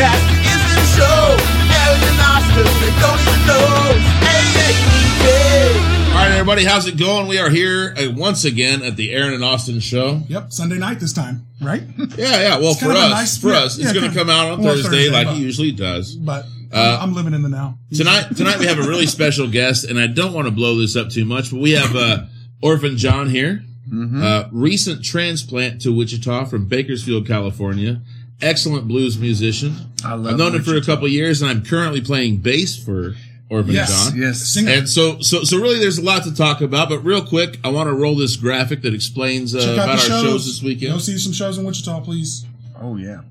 E everybody. How's it going? We are here uh, once again at the Aaron and Austin show. Yep, Sunday night this time, right? Yeah, yeah. Well, It's for kind of a us, nice- for yeah, us, it's yeah, going to kind come of- out on well, Thursday, Thursday, like but- he usually does. but Uh, I'm living in the now. Tonight, tonight we have a really special guest, and I don't want to blow this up too much, but we have uh, Orphan John here, Mm-hmm. uh, recent transplant to Wichita from Bakersfield, California. Excellent blues musician. I love I've known him for a Wichita. couple years, and I'm currently playing bass for Orphan Yes, John. Yes. Singer. And so, so, so really, there's a lot to talk about. But real quick, I want to roll this graphic that explains uh, Check out about the our shows. shows. this weekend. Go see some shows in Wichita, please. Oh yeah.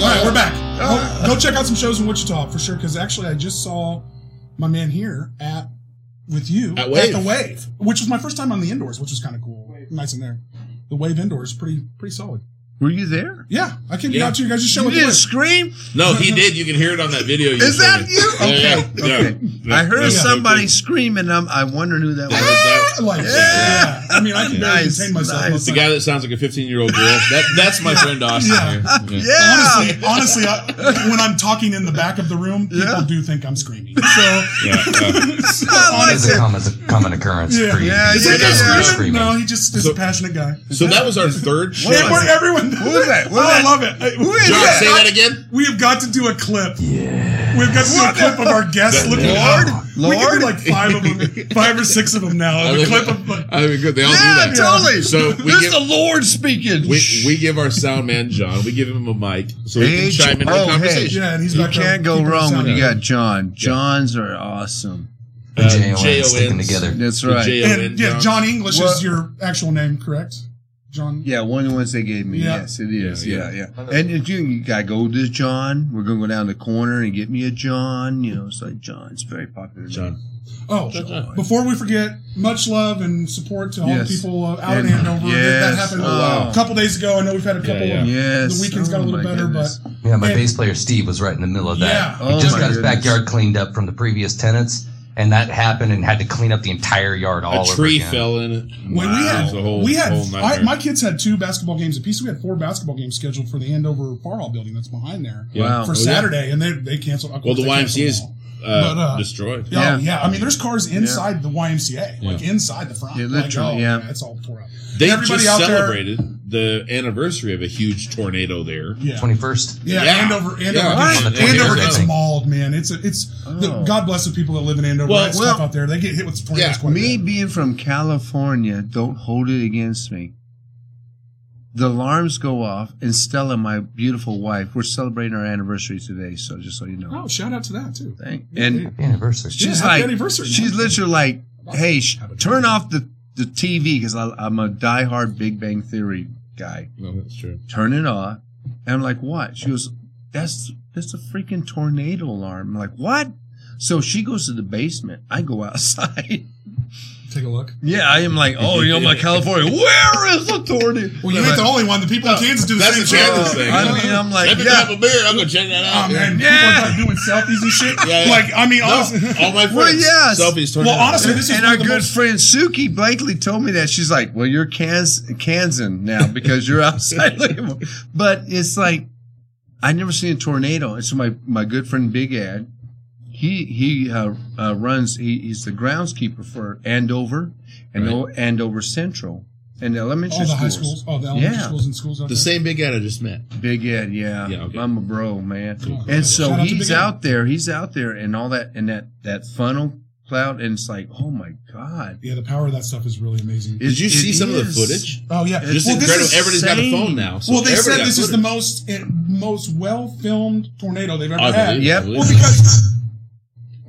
All right, we're back. Oh, Go, go check out some shows in Wichita for sure. Because actually, I just saw my man here at with you At Wave. the Wave, which was my first time on the indoors, which was kind of cool. Nice in there. The Wave indoors, pretty pretty solid. Were you there? Yeah, I came Yeah. out to you guys' show You at the didn't Wave. scream? No, he did. You can hear it on that video. You Is that showed me. you? Okay. Yeah, yeah, okay. yeah. I heard Yeah. somebody screaming. Um, I wondered who that was. That- I Ah, like it. Yeah. yeah. I mean, I can barely Nice, contain myself. nice. It's The like- guy that sounds like a 15 year old girl. That, that's my friend Austin. Yeah. Here. Yeah. Honestly, honestly, I, when I'm talking in the back of the room, people Yeah. do think I'm screaming. So, Yeah, yeah. so I It's like a Oh, it. common, common occurrence Yeah. for you. Yeah, It's yeah, just yeah. you're Screaming? screaming. Uh, No, he just is So- a passionate guy. So that was our third show. And we're- John, everyone. Who is that? Who is oh, I that? love it. Who is John, say that again. We have got to do a clip. Yeah. We've got to do a clip of our guests That- looking Lord? up. We can Lord? do like five of them, five or six of them now. I A think- clip of like, I think they all Yeah, do that. totally. So we this give- is the Lord speaking. We, we give our sound man John. We give him a mic so he can Hey, chime in oh, with hey. conversation. yeah, and he's you back there can't go keeping wrong when you sound. got John. Johns are awesome. The J-O-N sticking J-O-Ns. together. That's The right. J-O-N, And yeah, John English What? is your actual name, correct? John. Yeah, one of the ones they gave me. Yeah. Yes, it is. Yeah, Yeah, yeah. And if you, you gotta go to John. We're gonna go down the corner and get me a John. You know, it's like John. It's very popular. John. Oh, John. before we forget, much love and support to all Yes. the people uh, out in And- Andover. That- That yes. happened Oh, wow. a couple days ago. I know we've had a couple. yeah. Of, Yes. The weekend's got a Oh, little my better, goodness. but Yeah, my And- bass player Steve was right in the middle of that. Yeah. He Oh, just my got his goodness. backyard cleaned up from the previous tenants, and that happened and had to clean up the entire yard all A over tree again. fell in it. When we It had, was a whole- we had, whole I, nightmare. my kids had two basketball games apiece. We had four basketball games scheduled for the Andover Far Hall building that's behind there Yeah. Wow. for Oh, yeah. Saturday, and they they canceled. of Well, course the they YMCA canceled is them uh, But, uh, destroyed. all. Yeah. Yeah. yeah, I mean, there's cars inside the YMCA, like inside the front. Yeah, Like, literally, oh, yeah. it's all tore up. They And everybody just out there- celebrated the anniversary of a huge tornado there. Yeah, 21st? Yeah, Yeah. Andover, Andover, Yeah. gets, What? Andover Yeah. gets mauled, man. It's a, it's. The, Oh. God bless the people that live in Andover. Well, Well, stuff well- out there. They get hit with tornadoes Yeah, quite me a bit. being from California, don't hold it against me. The alarms go off, and Stella, my beautiful wife, we're celebrating our anniversary today. So just so you know, Oh, shout out to that too. Thank- and Happy anniversary. she's happy like, anniversary, man. she's literally like, "Hey, sh- turn off the the TV because I'm a diehard Big Bang Theory guy. No, Oh, that's true. Turn it off." And I'm like, "What?" She goes, "That's that's a freaking tornado alarm." I'm like, "What?" So she goes to the basement. I go outside. Take a look. Yeah, I am like, oh, you know, my California. Where is the tornado? uh, Well, you ain't the only one. The people in Kansas do the That's same a shit. Kansas thing. I mean, I'm like, Let me yeah. grab a beer. I'm gonna check that Oh, out. man, Yeah. people are doing selfies and shit. Yeah, yeah. Like, I mean, No, honestly, all my friends. Well, yes. Selfies tornado. well, honestly, this is and one our of the good most- friend Suki Blakely told me that she's like, "Well, you're Kans- Kansan now because you're outside looking." for-" But it's like I never seen a tornado. And so my my good friend Big Ad, he he uh, uh, runs. He, he's the groundskeeper for Andover and Right. O- Andover Central and elementary all the high schools. schools, all the elementary Yeah. schools and schools out the there. same big guy I just met. Big Ed, yeah. Yeah, okay. I'm a bro, man. Cool. And so Shout out to he's Big Ed. out there, he's out there and all that and that that funnel plowed, and it's like, oh my god. Yeah, the power of that stuff is really amazing. Did you It- see it some of the is. footage? oh yeah, It's Just well, this incredible. is Everybody's got a insane. phone now. So well, they everybody said got this is the footage. most it, most well filmed tornado they've ever I had. believe, Yeah. I believe. Well, because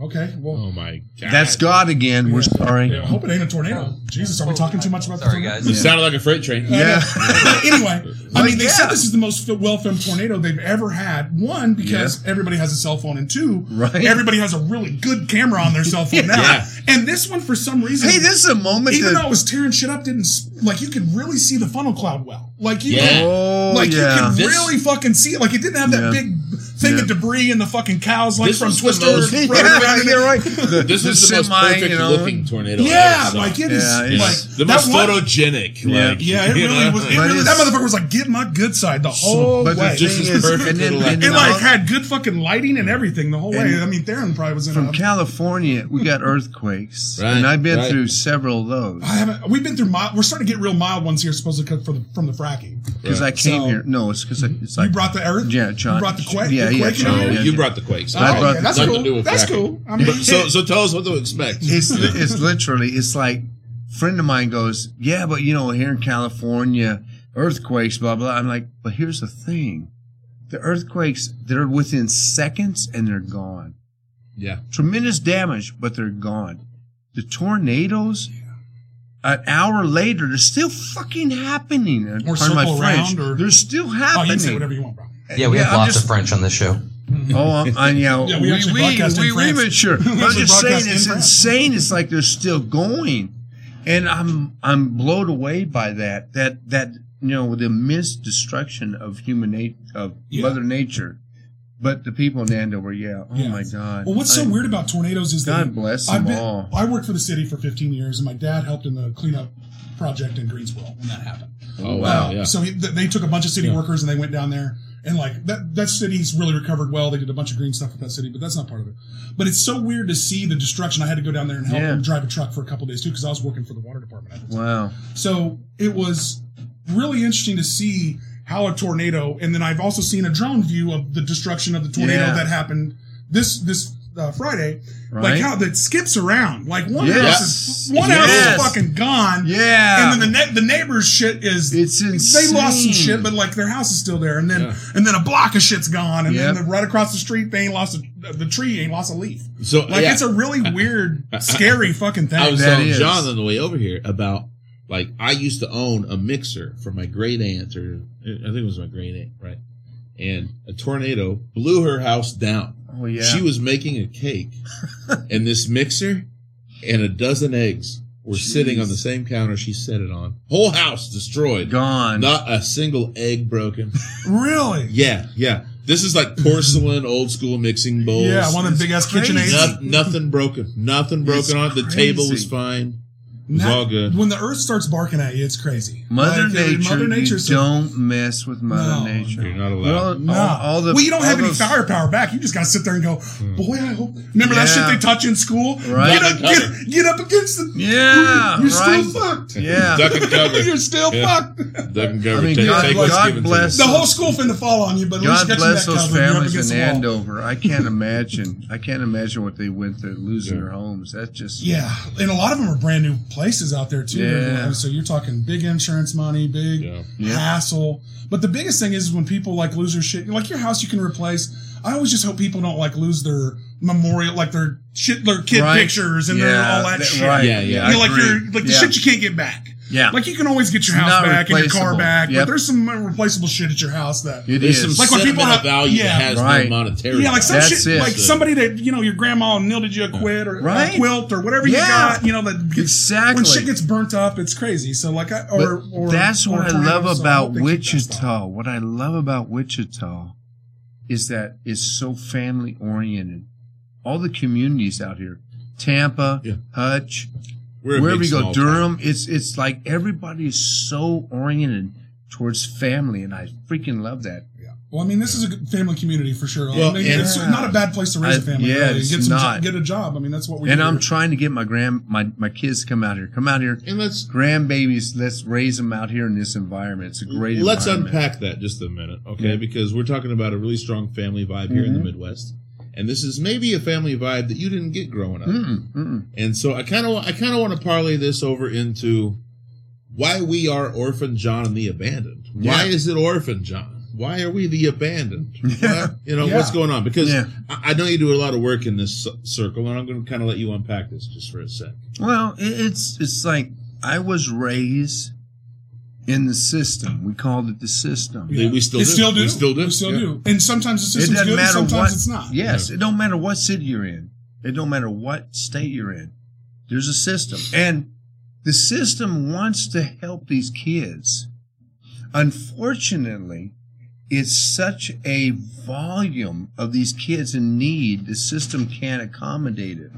okay, well, oh my god, That's God again. We're sorry. I hope it ain't a tornado. Jesus, are we talking too much about the Sorry, tornado? guys. It sounded like a freight train. Yeah. But anyway, I Like, mean, they said yeah. this is the most well filmed tornado they've ever had. One, because everybody has a cell phone, and two, Right. everybody has a really good camera on their cell phone now. Yeah. And this one, for some reason, Hey, this is a moment. even though it That, was tearing shit up, didn't s- like you could really see the funnel cloud well. Like you, Yeah. oh like you yeah. could This- really fucking see it. Like it didn't have that Yeah. big thing of Yeah. debris in the fucking cows, like This from was the Twister. most- running yeah, around in it. yeah, right. The- This is the most semi, perfect you know. looking tornado. I Yeah, ever saw. like it is Yeah, it's- like the that most one- photogenic. Yeah. Like, Yeah, it you really know? was. It But really, that it's- motherfucker was like, "Get my good side the whole But way." the Just thing as is, perfect and then, little and actor. It then like all- had good fucking lighting and everything the whole way. And- I mean, Theron probably was in. from A, California, we got earthquakes, Right, and I've been right. through several of those I haven't. We've been through mild. We're starting to get real mild ones here, supposedly cut from the, from the fracking. because I Right. came So- here. No, it's because it's You like brought the earth. yeah, John. You brought the quake. Yeah, the yeah, quake in John, here? No, yeah. you brought the quakes. Oh, I brought okay, the- that's Nothing cool. to do with that's fracking. cool. I mean, But so, so tell us what to expect. It's it's literally it's like a friend of mine goes, yeah, but you know here in California, earthquakes, blah blah. I'm like, but here's the thing, the earthquakes they're within seconds and they're gone. Yeah, Tremendous damage, but they're gone. The tornadoes. An hour later, they're still fucking happening. Or Pardon my circle French. around, or- they're still oh, you happening. can say whatever you want, bro. Yeah, we have I'm lots just- of French on this show. Oh, I'm, I, you know, Yeah, we actually we, broadcast in we, we France. mature. We I'm actually just saying, broadcast in it's France. insane. It's like they're still going, and I'm I'm blown away by that. That that you know the immense destruction of human na- of Yeah. Mother Nature, but the people in Andover, yeah. Oh Yeah. my God. Well, what's so I- weird about tornadoes is God that bless I've them been- all. I worked for the city for 15 years, and my dad helped in the cleanup project in Greensboro when that happened. Oh, wow, Uh, yeah. So he, th- they took a bunch of city workers and they went down there and like that that city's really recovered well. They did a bunch of green stuff with that city, but that's not part of it. But it's so weird to see the destruction. I had to go down there and help Yeah. them drive a truck for a couple days too because I was working for the water department. At the time. Wow. So it was really interesting to see how a tornado, and then I've also seen a drone view of the destruction of the tornado Yeah. that happened this this uh, Friday. Like Right. how that skips around. Like one house Yes. is one house Yes. is fucking gone. Yeah. And then the ne- the neighbor's shit is it's insane. they lost some shit, but like their house is still there, and then Yeah. and then a block of shit's gone, and then Yep. the, right across the street they ain't lost a, the tree ain't lost a leaf. so Like yeah. it's a really weird, scary fucking thing. I was That telling is. John on the way over here about like I used to own a mixer from my great aunt or I think it was my great aunt, right? And a tornado blew her house down. oh yeah. She was making a cake, and this mixer and a dozen eggs were sitting on the same counter she set it on. Whole house destroyed. gone. Not a single egg broken. really, Yeah, yeah. This is like porcelain, old school mixing bowls. yeah, one of them big ass crazy. kitchen aids. No- nothing broken. Nothing broken It's on it. The table was crazy. fine. It was all good. When the earth starts barking at you, it's crazy. Mother, Like, uh, nature, you Nature's- don't mess with Mother No, Nature. no. You're not Well, allowed. all- No. all, the well, you don't all have any those- Hmm. firepower back. You just gotta sit there and go, boy, I hope. Remember that shit Yeah. they taught you in school? Right. Get, up, get, get up against the. Yeah, You're right. still fucked. Yeah. Duck and cover. You're still Yeah. fucked. Duck and cover. I mean, Take- God take bless- what's God given to bless- you. The whole school finna fall on you, but at least God got bless you that those covered. You're up families against in the wall. Andover. I can't imagine. I can't imagine what they went through losing Yeah. their homes. That's just Yeah, and a lot of them are brand new places out there too. Yeah. So you're talking big insurance money, big Yeah. Yeah. hassle. But the biggest thing is when people like lose their shit. Like your house, you can replace. I always just hope people don't like lose their memorial, like their shit, their kid Right. pictures and their, all that, shit. Right. Yeah, yeah. You know, I like agree. your like the yeah. shit you can't get back. Yeah. Like you can always get your It's house not back and your car replaceable. back, but Yep. there's some replaceable shit at your house that It There's is. some Like like when people sentimental have- value yeah. that has Right. no monetary. Yeah, like some value. That's shit, it. like somebody that you know your grandma knitted you a quid or Right. a quilt or whatever Yeah. you got. You know that Exactly. when shit gets burnt up, it's crazy. So like, I, or, But or that's or what I tornadoes, love so I about hope they keep that stuff. Wichita. What I love about Wichita is that it's so family oriented. All the communities out here, Tampa, Yeah. Hutch, We're a wherever big you go, small Durham, it's it's like everybody is so oriented towards family, and I freaking love that. Well, I mean, this is a good family community for sure. Well, I mean, and- it's not a bad place to raise a I- family. yeah, really. it's get some, not. get a job. I mean, that's what we. and do I'm here. trying to get my grand my, my kids to come out here. Come out here, town. And let's grandbabies. Let's raise them out here in this environment. It's a great. let's environment. unpack that just a minute, okay? Yeah. Because we're talking about a really strong family vibe here in the Midwest, and this is maybe a family vibe that you didn't get growing up. Mm-mm, mm-mm. And so I kind of I kind of want to parlay this over into why we are Orphan John and the Abandoned. Why Yeah. is it Orphan John? Why are we the abandoned? Yeah. Why- you know Yeah. what's going on? Because Yeah. I, I know you do a lot of work in this c- circle, and I'm going to kind of let you unpack this just for a sec. Well, it, it's it's like I was raised in the system. We called it the system. Yeah. We still They do. still do. We still do. We still Yeah. do. And sometimes the system's good, and sometimes what. it's not. Yes, it don't matter what city you're in. It don't matter what state you're in. There's a system, and the system wants to help these kids. Unfortunately, it's such a volume of these kids in need. The system can't accommodate it.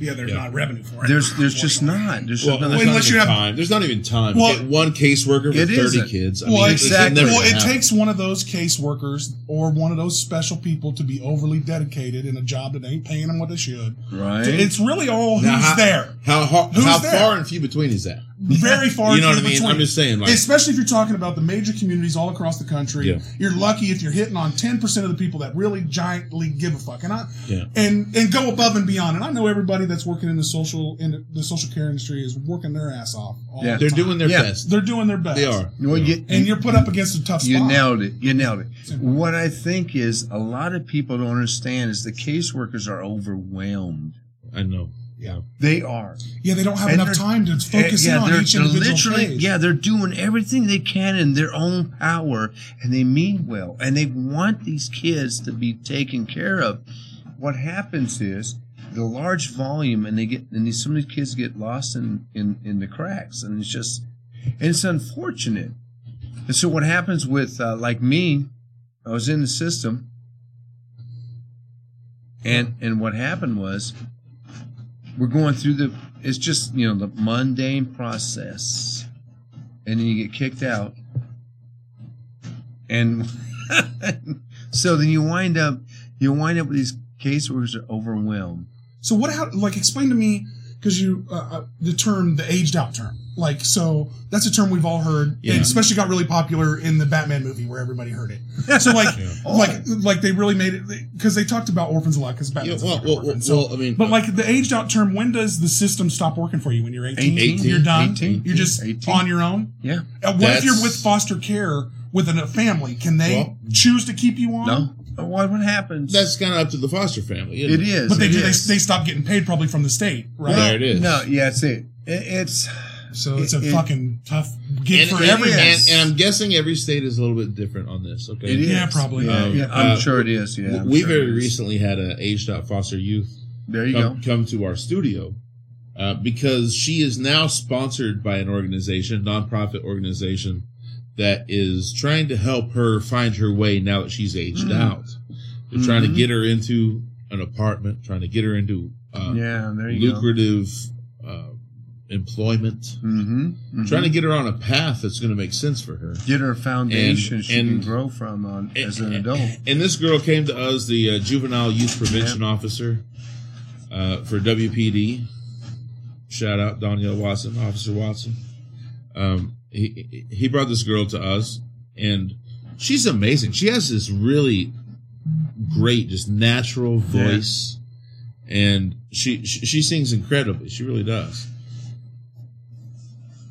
Yeah, there's Yeah. not revenue for it. There's there's just not. There's Well, just not. there's unless not you even have- time. There's not even time. to Well, Get one caseworker for it 30 isn't. kids. I Well, mean, it's- it's exactly. never Well, gonna it happen. takes one of those caseworkers or one of those special people to be overly dedicated in a job that ain't paying them what they should. Right. So it's really all who's Now, how- there. How how, Who's how there? far and few between is that? Very far. You know and what I few mean? between. I'm just saying, like, Especially if you're talking about the major communities all across the country. Yeah. You're lucky if you're hitting on 10% of the people that really giantly give a fuck. And I Yeah. and and go above and beyond. And I know everybody that's working in the social in the social care industry is working their ass off. All Yeah. the they're time. doing their Yeah. best. they're doing their best. They are. Well, Yeah. you- And you're put up against a tough spot. You nailed it. You nailed it. What I think is a lot of people don't understand is the caseworkers are overwhelmed. I know. Yeah. They are. Yeah, they don't have And enough they're- time to eh, focus yeah, in on they're, each they're individual literally case. yeah, they're doing everything they can in their own power and they mean well and they want these kids to be taken care of. What happens is the large volume and they get and these, some of these kids get lost in, in, in the cracks and it's just and it's unfortunate. And so what happens with uh, like me, I was in the system, and and what happened was we're going through the it's just you know the mundane process, and then you get kicked out, and so then you wind up you wind up with these caseworkers are overwhelmed. So what? How? Like, explain to me because you uh, uh, the term the aged out term. Like, so that's a term we've all heard, Yeah. and especially got really popular in the Batman movie where everybody heard it. So like, Yeah. like, like they really made it because they talked about orphans a lot because Yeah, Batman's a well, fucking well, orphan. well, So- well, I mean, but like the aged out term, when does the system stop working for you? When you're 18, 18, you're done. 18, you're just 18. on your own. Yeah. Uh, what if you're That's- with foster care with a family? Can they Well- choose to keep you on? No. What what happens? that's kind of up to the foster family. it Isn't it, is. But they it do. They, is. they stop getting paid probably from the state, right? There it is. No. Yeah. It's it. it it's. So it's a It- it- fucking tough gig and, for and, everyone. and, and I'm guessing every state is a little bit different on this. Okay. It is. Yeah, probably. Yeah, Um, yeah, I'm uh, sure it is. Yeah, I'm we sure very it is. recently had a aged out foster youth There you come, go. come to our studio uh, because she is now sponsored by an organization, a nonprofit organization that is trying to help her find her way now that she's aged Mm. out. They're trying to Mhm. get her into an apartment, trying to get her into uh, Yeah, there you lucrative uh, employment, go. Mm-hmm. trying to get her on a path that's going to make sense for her. get her a foundation and- she and- can grow from on as an And- adult. Eh, And this girl came to us, the uh, juvenile youth prevention officer uh, for WPD. Shout out Danielle Watson, Officer Watson. Um, he he brought this girl to us, and she's amazing. She has this really great, just natural Yeah. voice, and she, she she sings incredibly. She really does.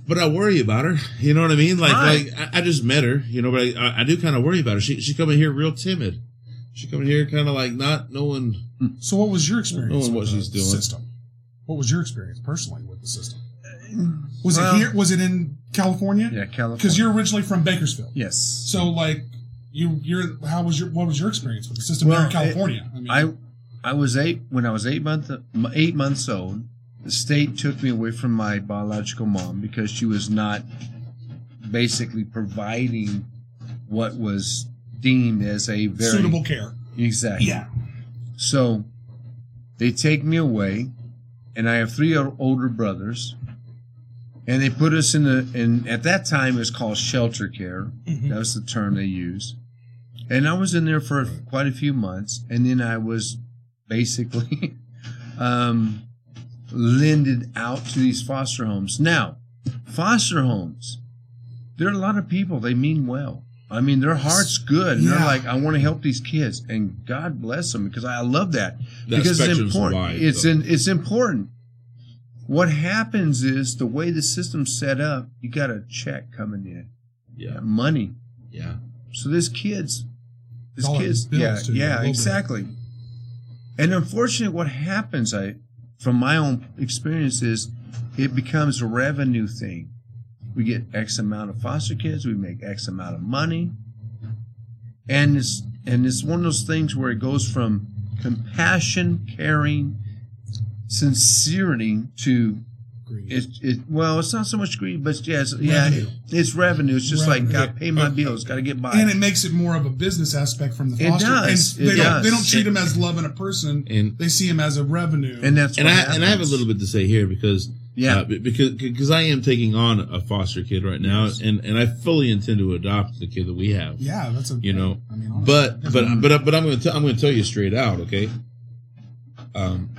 But I worry about her. You know what I mean? Like, Right. like I, I just met her. You know, but I, I do kind of worry about her. She she coming here real timid. She coming here kind of like not knowing. so, what was your experience Knowing what with she's the doing. system? What was your experience personally with the system? Mm, Was it here? Was it in California? Yeah, California. Because you're originally from Bakersfield. yes. So, like, you, you're how was your what was your experience with the system Well, there in California? I mean, I I was eight when I was eight month eight months old. The state took me away from my biological mom because she was not basically providing what was deemed as a very suitable care. exactly Yeah, So they take me away, and I have three o- older brothers, and they put us in the and at that time it was called shelter care. Mhm. That was the term they used. And I was in there for quite a few months, and then I was basically um, lended out to these foster homes. Now, foster homes, there are a lot of people. They mean well. I mean, their heart's good. And Yeah. They're like, I want to help these kids, and God bless them because I love that, That because it's spectrum's important. wide, it's though. in, it's important. What happens is the way the system's set up, you got a check coming in, Yeah. money. Yeah. So this kids, this Dollar kids, bills, yeah, too, a yeah, little bit. exactly. And unfortunately, what happens, I, from my own experience, is it becomes a revenue thing. We get X amount of foster kids, we make X amount of money, and it's and it's one of those things where it goes from compassion, caring, sincerity to Greed. it, it well, it's not so much greed, but yeah, it's, yeah, Revenue. it's revenue. It's just Revenue. like got to pay my bills, got to get by. and it makes it more of a business aspect from the It foster. does. And they It don't does. they don't treat him as loving a person. And- they see him as a revenue. and that's And what I and I have a happens. little bit to say here because Yeah. uh, be- because because I am taking on a foster kid right now, and and I fully intend to adopt the kid that we have. yeah, that's a You know, I mean, honestly, But but but but I'm gonna i I'm gonna tell you straight out, okay? Um,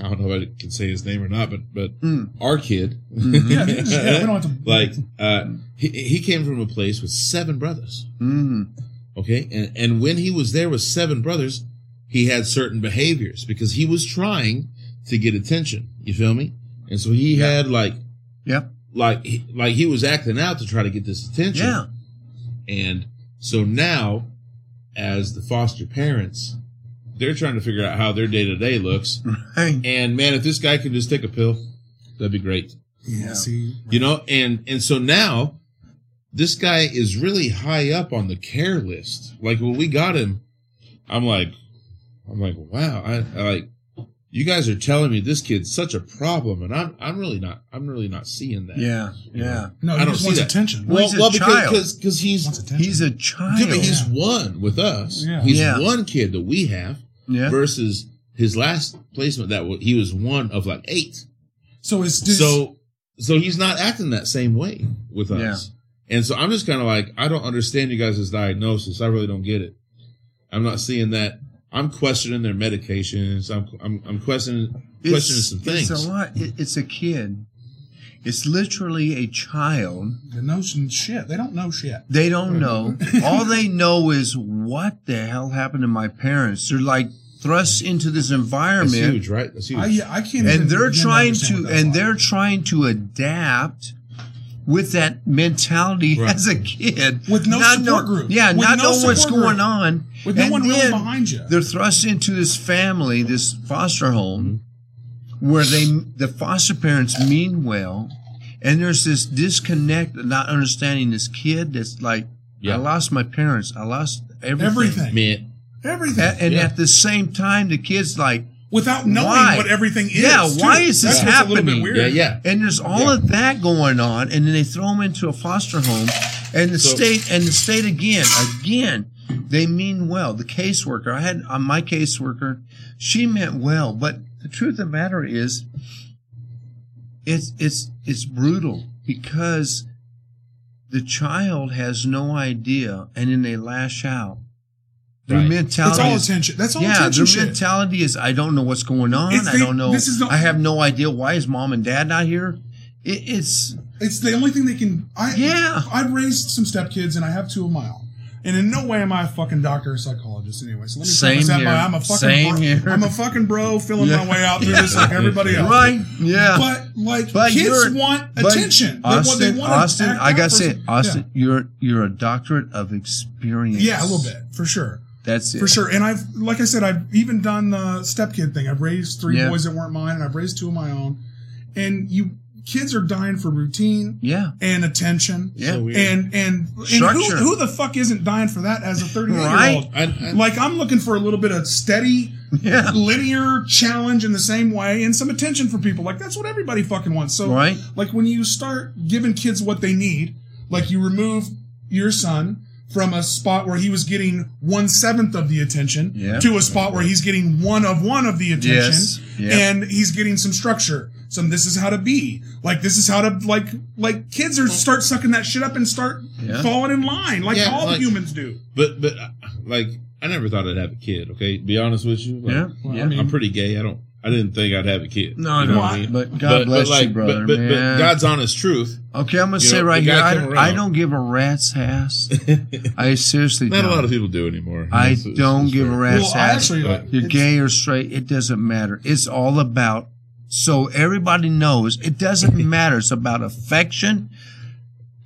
I don't know if I can say his name or not, but but Mm. our kid, yeah, yeah, we don't have to like uh, he he came from a place with seven brothers, Mm. okay, and and when he was there with seven brothers, he had certain behaviors because he was trying to get attention. You feel me? And so he had like Yep. like he, like he was acting out to try to get this attention. Yeah. And so now, as the foster parents, they're trying to figure out how their day to day looks. Hey. And man, if this guy can just take a pill, that'd be great. yeah, see, You know, and and so now this guy is really high up on the care list. Like when we got him, I'm like I'm like, wow, I, I like you guys are telling me this kid's such a problem and I'm I'm really not I'm really not seeing that. Yeah. Yeah. no, I he don't just see wants that. attention. Well, Well, he's a well child. because cause He wants he's attention. He's a child. yeah, but he's Yeah. one with us. Yeah. He's Yeah. one kid that we have yeah. versus his last placement that wa- he was one of like eight. so it's just, so so he's not acting that same way with us. And so I'm just kind of like, I don't understand you guys' diagnosis. I really don't get it. I'm not seeing that. I'm questioning their medications. I'm I'm, I'm questioning questioning some things. It's a lot. It, it's a kid. It's literally a child. the notion shit. They don't know shit. They don't know. All they know is what the hell happened to my parents. They're like thrust into this That's environment, huge, right? That's huge. I yeah, I can't. even and they're begin trying understand to what that's and like. they're trying to adapt. With that mentality Right. as a kid, With no not support know- group. yeah, With not no knowing what's support group. going on, with no And one really then behind you. they're thrust into this family, this foster home, where they the foster parents mean well, and there's this disconnect, of not understanding this kid that's like, Yeah. I lost my parents, I lost everything, Everything, Man, everything, A- and Yeah. at the same time, the kid's like, without knowing Why? what everything is. Yeah, too. why is this That's what's A little happening? bit weird. yeah, yeah. and there's all Yeah. of that going on, and then they throw them into a foster home, and the So- state and the state again, again, they mean well. The caseworker, I had on my caseworker, she meant well, but the truth of the matter is, it's it's it's brutal because the child has no idea, and then they lash out. Their Right. It's mentality all is attention. That's all yeah, attention their shit. mentality is I don't know what's going on. It's I the- don't know. this is the- I have no idea why is mom and dad not here. It, it's It's the only thing they can. I Yeah. I've raised some stepkids, and I have two of my own. And in no way am I a fucking doctor or psychologist anyway. So let me Same preface that here. by I'm a fucking Same bro. here. I'm a fucking bro feeling Yeah. my way out through this like everybody else. right. Yeah, But like But kids you're- want But attention. They want- they Austin, want to Austin, act I out gotta for say, it. some- Austin, you're you're a doctorate of experience. Yeah. yeah, a little bit for sure. That's it. for sure. And I've, like I said, I've even done the stepkid thing. I've raised three Yeah. boys that weren't mine, and I've raised two of my own. And you kids are dying for routine Yeah, and attention, yeah. So weird. and and, and who, Structure. who the fuck isn't dying for that as a thirty eight year Right. old? I, I, Like I'm looking for a little bit of steady, Yeah. linear challenge in the same way, and some attention from people. Like that's what everybody fucking wants. So Right. like when you start giving kids what they need, like you remove your son from a spot where he was getting one seventh of the attention Yeah. to a spot where he's getting one of one of the attention, Yes. Yeah. and he's getting some structure. Some this is how to be. Like this is how to like like kids are start sucking that shit up and start Yeah. falling in line like Yeah, all like- humans do. but but uh, like I never thought I'd have a kid. Okay, be honest with you. Like, Yeah. Well, I yeah. mean- I'm pretty gay. I don't I didn't think I'd have a kid. No, You no, know what I mean? but God bless you, brother, but, but, But man. God's honest truth. Okay, I'm gonna You say know, right the here, guy I, come don't- around. I don't give a rat's ass. I seriously Not don't. a lot of people do anymore. I It's- it's- don't it's give fair. a rat's Well, I ass. actually Right. You're it's- gay or straight, it doesn't matter. It's all about so everybody knows it doesn't matter. It's about affection,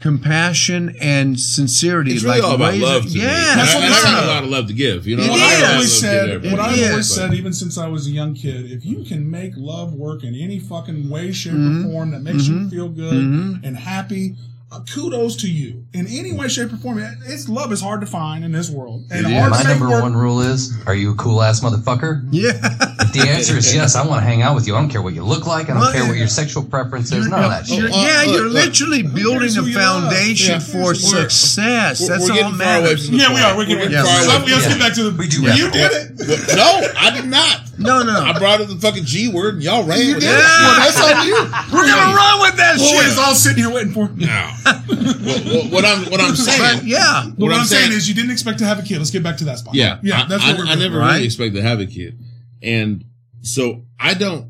compassion, and sincerity. It's really all about raise- love. To me. Yeah, And That's I, and what I got I'm saying. a lot of love to give. You know, It What I got a lot is. of love I've to always give said, everybody. what I've It always is. said, even since I was a young kid, if you can make love work in any fucking way, shape, Mhm. Mm-hmm. or form that makes you Mhm. feel good Mhm. and happy, uh, kudos to you. In any way, shape, or form, it- it's love is hard to find in this world, and It hard My to make number work. one rule is: Are you a cool ass motherfucker? yeah. If the answer is yes, I want to hang out with you. I don't care what you look like. I don't Well, care what yeah. your sexual preference is. You're- None of that shit. you're- Oh, yeah, oh, you're look, look. literally building cares a who you love? foundation Yeah. for We're- success. We're, That's we're all getting far away matters. from the Yeah, we point. are. We're getting Yeah. far. far away. away. Let's get Yeah. back to the. We do You have- did it. What- No, I did not. No, no, I no. brought up the fucking G word and y'all ran with did. that. shit. Well, that's on you. We're gonna run with that Boy, shit. is all sitting here waiting for. No. what, what, what I'm what I'm But saying. yeah, But what, I'm I'm saying, saying- is, you didn't expect to have a kid. Let's get back to that spot. Oh, Yeah, yeah. That's I, what we're I, I never right? really expected to have a kid, and so I don't.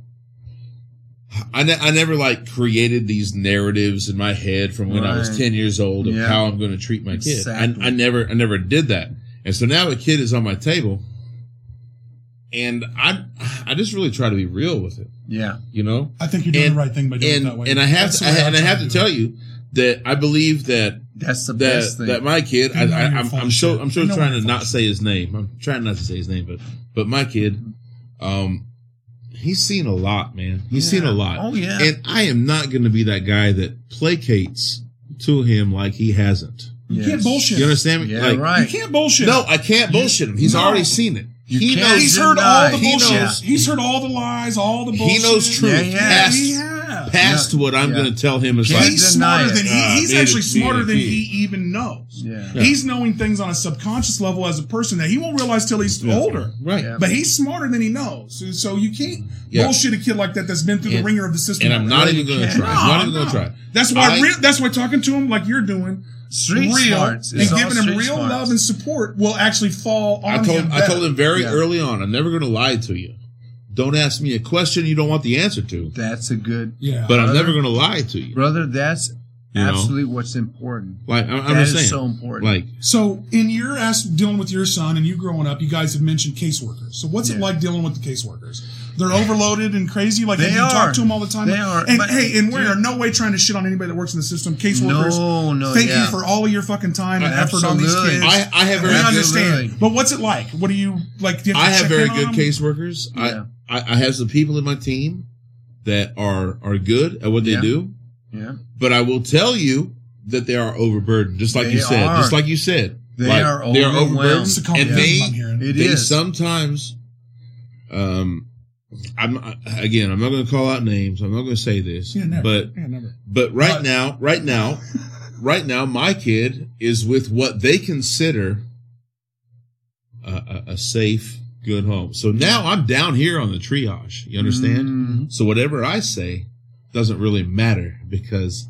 I, ne- I never like created these narratives in my head from when I was Right. ten years old of Yeah. how I'm going to treat my kid. Exactly. I, I never I never did that, and so now a kid is on my table, and I I just really try to be real with it. yeah. You know, I think you're doing And- the right thing by doing it and that way. and I have That's to, the way I, and I try have to do tell it. you that I believe that That's the that best thing. that my kid. I, You know I, your I'm, I'm fault, sure. kid. I'm sure. You know trying your to not fault. say his name. I'm trying not to say his name, but but my kid, um, he's seen a lot, man. He's seen a Yeah. lot. Oh, yeah. And I am not going to be that guy that placates to him like he hasn't. You Yes. can't bullshit. You understand me? Yeah, Like, You right. can't bullshit. No, I can't bullshit him. He's No. already seen it. You he can't. knows. He's heard all the He bullshit. knows. He's heard all the lies, all the bullshit. He knows truth. Yeah, yeah. Past, He has. past what I'm Yeah. going to tell him is Can't like He's smarter deny it. than he, Ah, he's me actually to- me smarter to than P. he even knows. Yeah. He's knowing things on a subconscious level as a person that he won't realize till he's older. right. Yeah. But he's smarter than he knows. So- So you can't Yeah. bullshit a kid like that that's been through the And- ringer of the system. And I'm not Really even going to can't. try. I'm not even No, going to no. try. That's why I- real, that's why talking to him like you're doing Street real smarts. and It's all giving him street real smarts. love and support will actually fall on I told him. I told better. him very Yeah. early on. I'm never going to lie to you. Don't ask me a question you don't want the answer to. That's a good Yeah. But I'm Brother. never going to lie to you. brother. That's You know? absolutely what's important. Like I'm, I'm That just is saying. so important. Like So, in your ass dealing with your son and you growing up, you guys have mentioned caseworkers. So, what's it Yeah. like dealing with the caseworkers? They're overloaded and crazy. Like They you are. talk to them all the time. They are, And but- hey, and we are dude. no way trying to shit on anybody that works in the system. Caseworkers, No, no, thank yeah. you for all of your fucking time and effort on Absolutely. these kids. I, I have we very Absolutely. good, understand. But what's it like? What do you like? Do you I have check very in on good them? caseworkers. Yeah. I, I I have some people in my team that are are good at what they Yeah. do. yeah, But I will tell you that they are overburdened, just like They you said. are. Just like you said, They Like, are they are overwhelmed. overburdened, It's a compliment and they I'm hearing. it they is. sometimes um i'm again i'm not going to call out names i'm not going to say this yeah, never. but yeah, never. but right But- now right now right now my kid is with what they consider a, a, a safe good home so now i'm down here on the triage you understand Mm, so whatever i say doesn't really matter because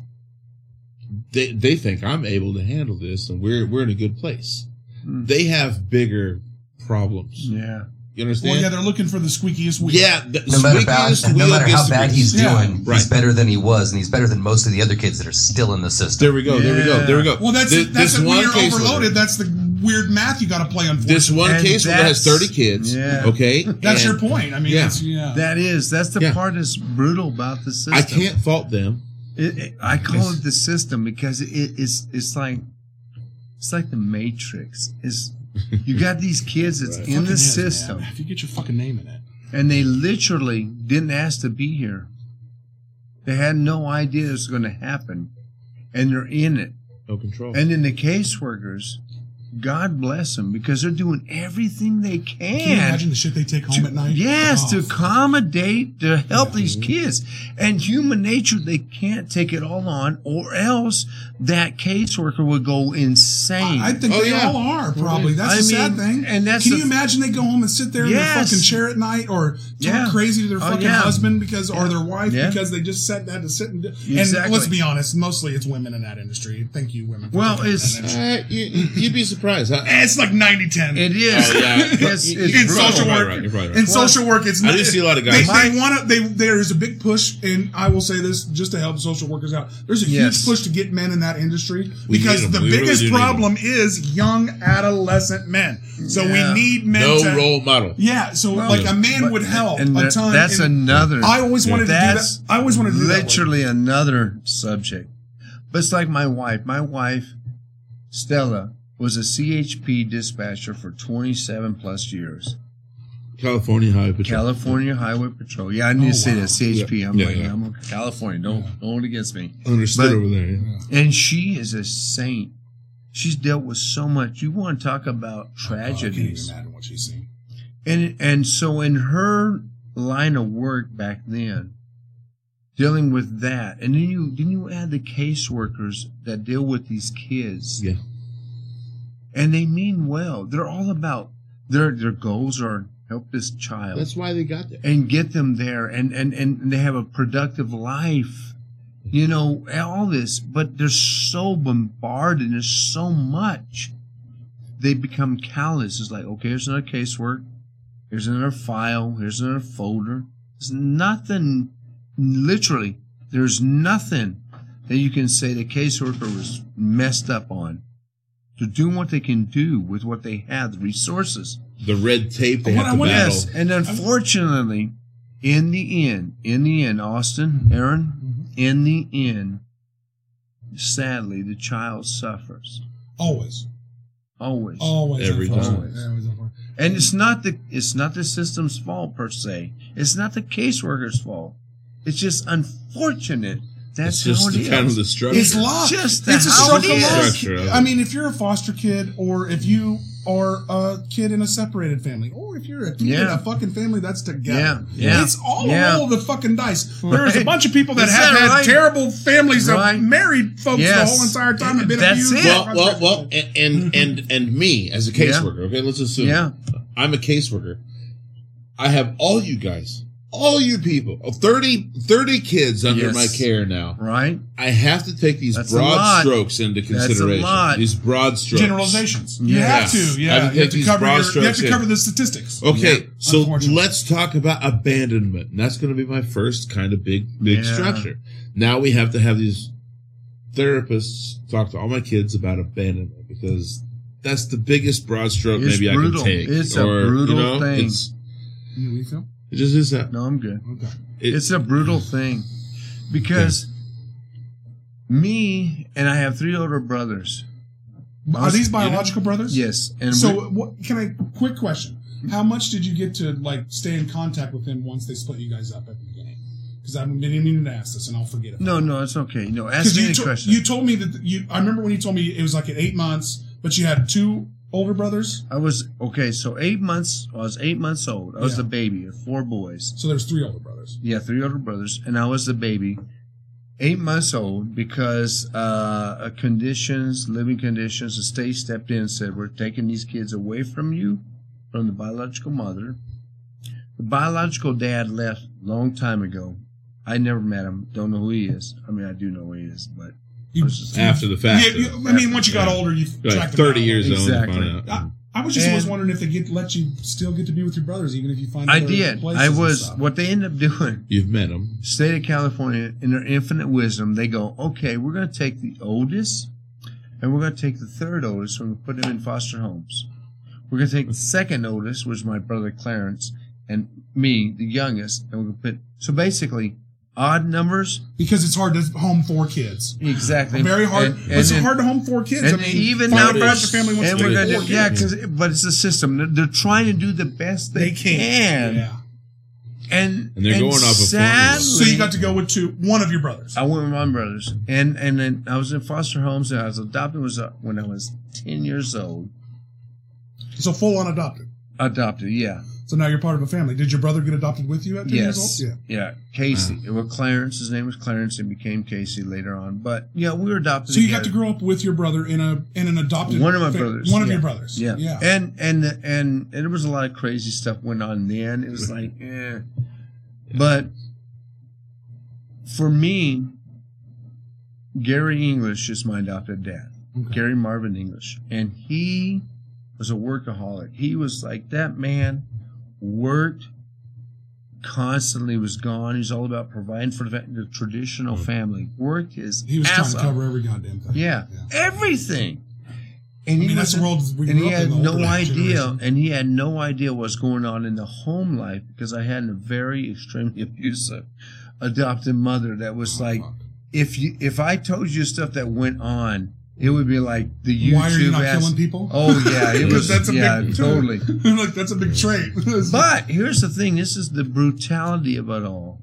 they they think i'm able to handle this and we're we're in a good place Mm. they have bigger problems yeah, you Well, understand? yeah, they're looking for the squeakiest wheel. yeah, the No matter, bad, squeakiest no wheel matter gets how the bad grease. he's Yeah, doing, right. he's better than he was, and he's better than most of the other kids that are still in the system. There we go. There we go. There we go. Well, that's Th- that's this when one you're case overloaded. Holder, That's the weird math you got to play. Unfortunately, this one And case holder has that's- thirty kids. yeah. Okay, that's your and point. I mean, Yeah. it's, yeah. that is. That's the Yeah. part that's brutal about the system. I can't fault them. It, it- I call it the system because it, it's it's like it's like the Matrix. Is you got these kids that's in Fucking the is, man. system If you get your fucking name in it. and they literally didn't ask to be here. They had no idea it was going to happen, and they're in it. No control. And then the caseworkers, God bless them because they're doing everything they can. Can you imagine the shit they take home to- at night? Yes, to Oh, accommodate, to help these kids. And human nature, they can't take it all on, or else that caseworker would go insane. I think Oh, they yeah. all are probably. That's I the sad mean, thing. and that's can the- you imagine they go home and sit there in their Yes. fucking chair at night or talk Yeah. crazy to their Oh, fucking yeah. husband because or their wife Yeah. because they just sat had to sit and do- and Exactly. let's be honest, mostly it's women in that industry. Thank you, women. for Well, taking over it's- that industry. Uh, you, would be surprised. Huh? Eh, It's like 90 10. It is. Oh, yeah. It's, You- it's you're brutal. probably social work. right. You're probably right. In social work, it's I do see a lot of they- guys- They, want to. They there is a big push, and I will say this just to help social workers out. There's a Yes. huge push to get men in that industry We because need 'em. the We really biggest do need 'em. problem is young adolescent men. So Yeah. we need men. no to, role model. Yeah. So like a man would help And a that- ton. that's and another. I always wanted to do That's that. I always wanted to do that. work. literally another subject. But it's like my wife. My wife, Stella, was a CHP dispatcher for 27 plus years. California Highway Patrol. California Highway Patrol. Yeah, I need to say that CHP. I'm Yeah, like, yeah. I'm a California. Don't don't hold against me. Understood But- over there. Yeah. And she is a saint. She's dealt with so much. You want to talk Oh, about I can't even tragedies? imagine what she's seen. And and so in her line of work back then, dealing with that, and then you then you add the caseworkers that deal with these kids, Yeah. and they mean well. They're all about their their goals are help this child That's why they got there. and get them there, and and and they have a productive life. You know and all this, but they're so bombarded. There's so much. They become callous. It's like, okay, here's another casework. Here's another file. Here's another folder. There's nothing, literally, there's nothing that you can say the caseworker was messed up on. They're doing what they can do with what they have, the resources. The red tape they What have I to want- battle. Yes. And unfortunately, in the end, in the end, Austin, Mm-hmm. Aaron, in the end, sadly, the child suffers. Always. Always. Always. Every time. unfortunately. Always unfortunately. And it's not the it's not the system's fault per se. It's not the caseworker's fault. It's just unfortunate. That's It's just how it the is. kind of the structure. It's luck. Just the it's a how stroke it of is. luck. Structure of it. I mean, if you're a foster kid, or if you are a kid in a separated family, or if you're a kid in Yeah. a fucking family that's Yeah, together, yeah, it's all yeah. a roll of the fucking dice. There's a Right. bunch of people that Is have that had right? terrible families Right. of married folks Yes. the whole entire time and been That's abused. it. well, well, well, and and, and and me as a caseworker. Okay, let's assume. Yeah. I'm a caseworker. I have all you guys, all you people, 30, 30 kids under Yes. my care now. right? I have to take these That's a broad lot. strokes into a consideration. lot. These broad strokes. Generalizations. You Yes. have to. Yeah, I have to you take have to these cover. broad Your, you have strokes to in. cover the statistics. Okay, Yeah, so unfortunately. let's talk about abandonment. And that's going to be my first kind of big, big Yeah. structure. Now we have to have these therapists talk to all my kids about abandonment because that's the biggest broad stroke It's maybe brutal. I can take. It's a brutal thing. It's, You leave them? it just is that. No, I'm good. Okay. It- it's a brutal thing because me and I have three older brothers. Are these you know- biological brothers? Yes, and we- So, what, can I? Quick question: How much did you get to like stay in contact with them once they split you guys up at the beginning? Because I've been meaning to ask this, and I'll forget it. no, no, it's okay. No, ask because me you, any to- question. you told me that you. I remember when you told me it was like at eight months, but you had two older brothers, I was okay. So eight months. I was eight months old. I was Yeah. the baby of four boys. so there's three older brothers. Yeah, three older brothers, and I was the baby, eight months old, because uh, uh, conditions, living conditions, the state stepped in and said, "We're taking these kids away from you, from the biological mother." The biological dad left long time ago. I never met him. Don't know who he is. I mean, I do know who he is, but You, after the fact. yeah, you, I mean, once you got older, you like thirty years old. old. Exactly. to find out. I was just always And- wondering if they get let you still get to be with your brothers, even if you find I other did. places I and was stuff. what they ended up doing. You've met him. state of California, in their infinite wisdom, they go, okay, we're going to take the oldest and we're going to take the third oldest and we're going to put them in foster homes. We're going to take the second oldest, which is my brother Clarence, and me, the youngest, and we're going to put. So basically, odd numbers. because it's hard to home four kids. Exactly. Very hard. And- and it's then- hard to home four kids. and I mean, even five now- foster family wants And to It we're is. four going to, kids. yeah, 'cause- but it's the system. They're, they're trying to do the best they, they can't. can. Yeah. And, And they're going off of formula. sadly, So you got to go with two, one of your brothers. I went with my brothers, and and then I was in foster homes, and I was adopted was uh, when I was ten years old. So full on adopted. Adopted, yeah, So now you're part of a family. Did your brother get adopted with you at 10 yes, years old? yeah. Casey. Well, Clarence, his name was Clarence, and became Casey later on. But yeah, we were adopted. So you got together. to grow up with your brother in a in an adopted One of my fa- brothers, One of yeah. your brothers. Yeah. Yeah. And and and there was a lot of crazy stuff went on then. It was like, eh. But for me, Gary English is my adopted dad. Okay. Gary Marvin English, and he was a workaholic. He was like that man worked constantly, was gone. He was all about providing for the, the traditional family. Worked his Mm-hmm. He was ass trying to off. cover every goddamn thing. Yeah, everything. And I he mean, that's was the world we and grew he up in, had the whole no black idea generation. and he had no idea what's going on in the home life because i had a very extremely abusive adopted mother that was like Fuck. if you if i told you stuff that went on it would be like the youtube Why are you not ass- killing people? oh yeah it Because was that's a yeah big totally Look, that's a big trait. but here's the thing this is the brutality of it all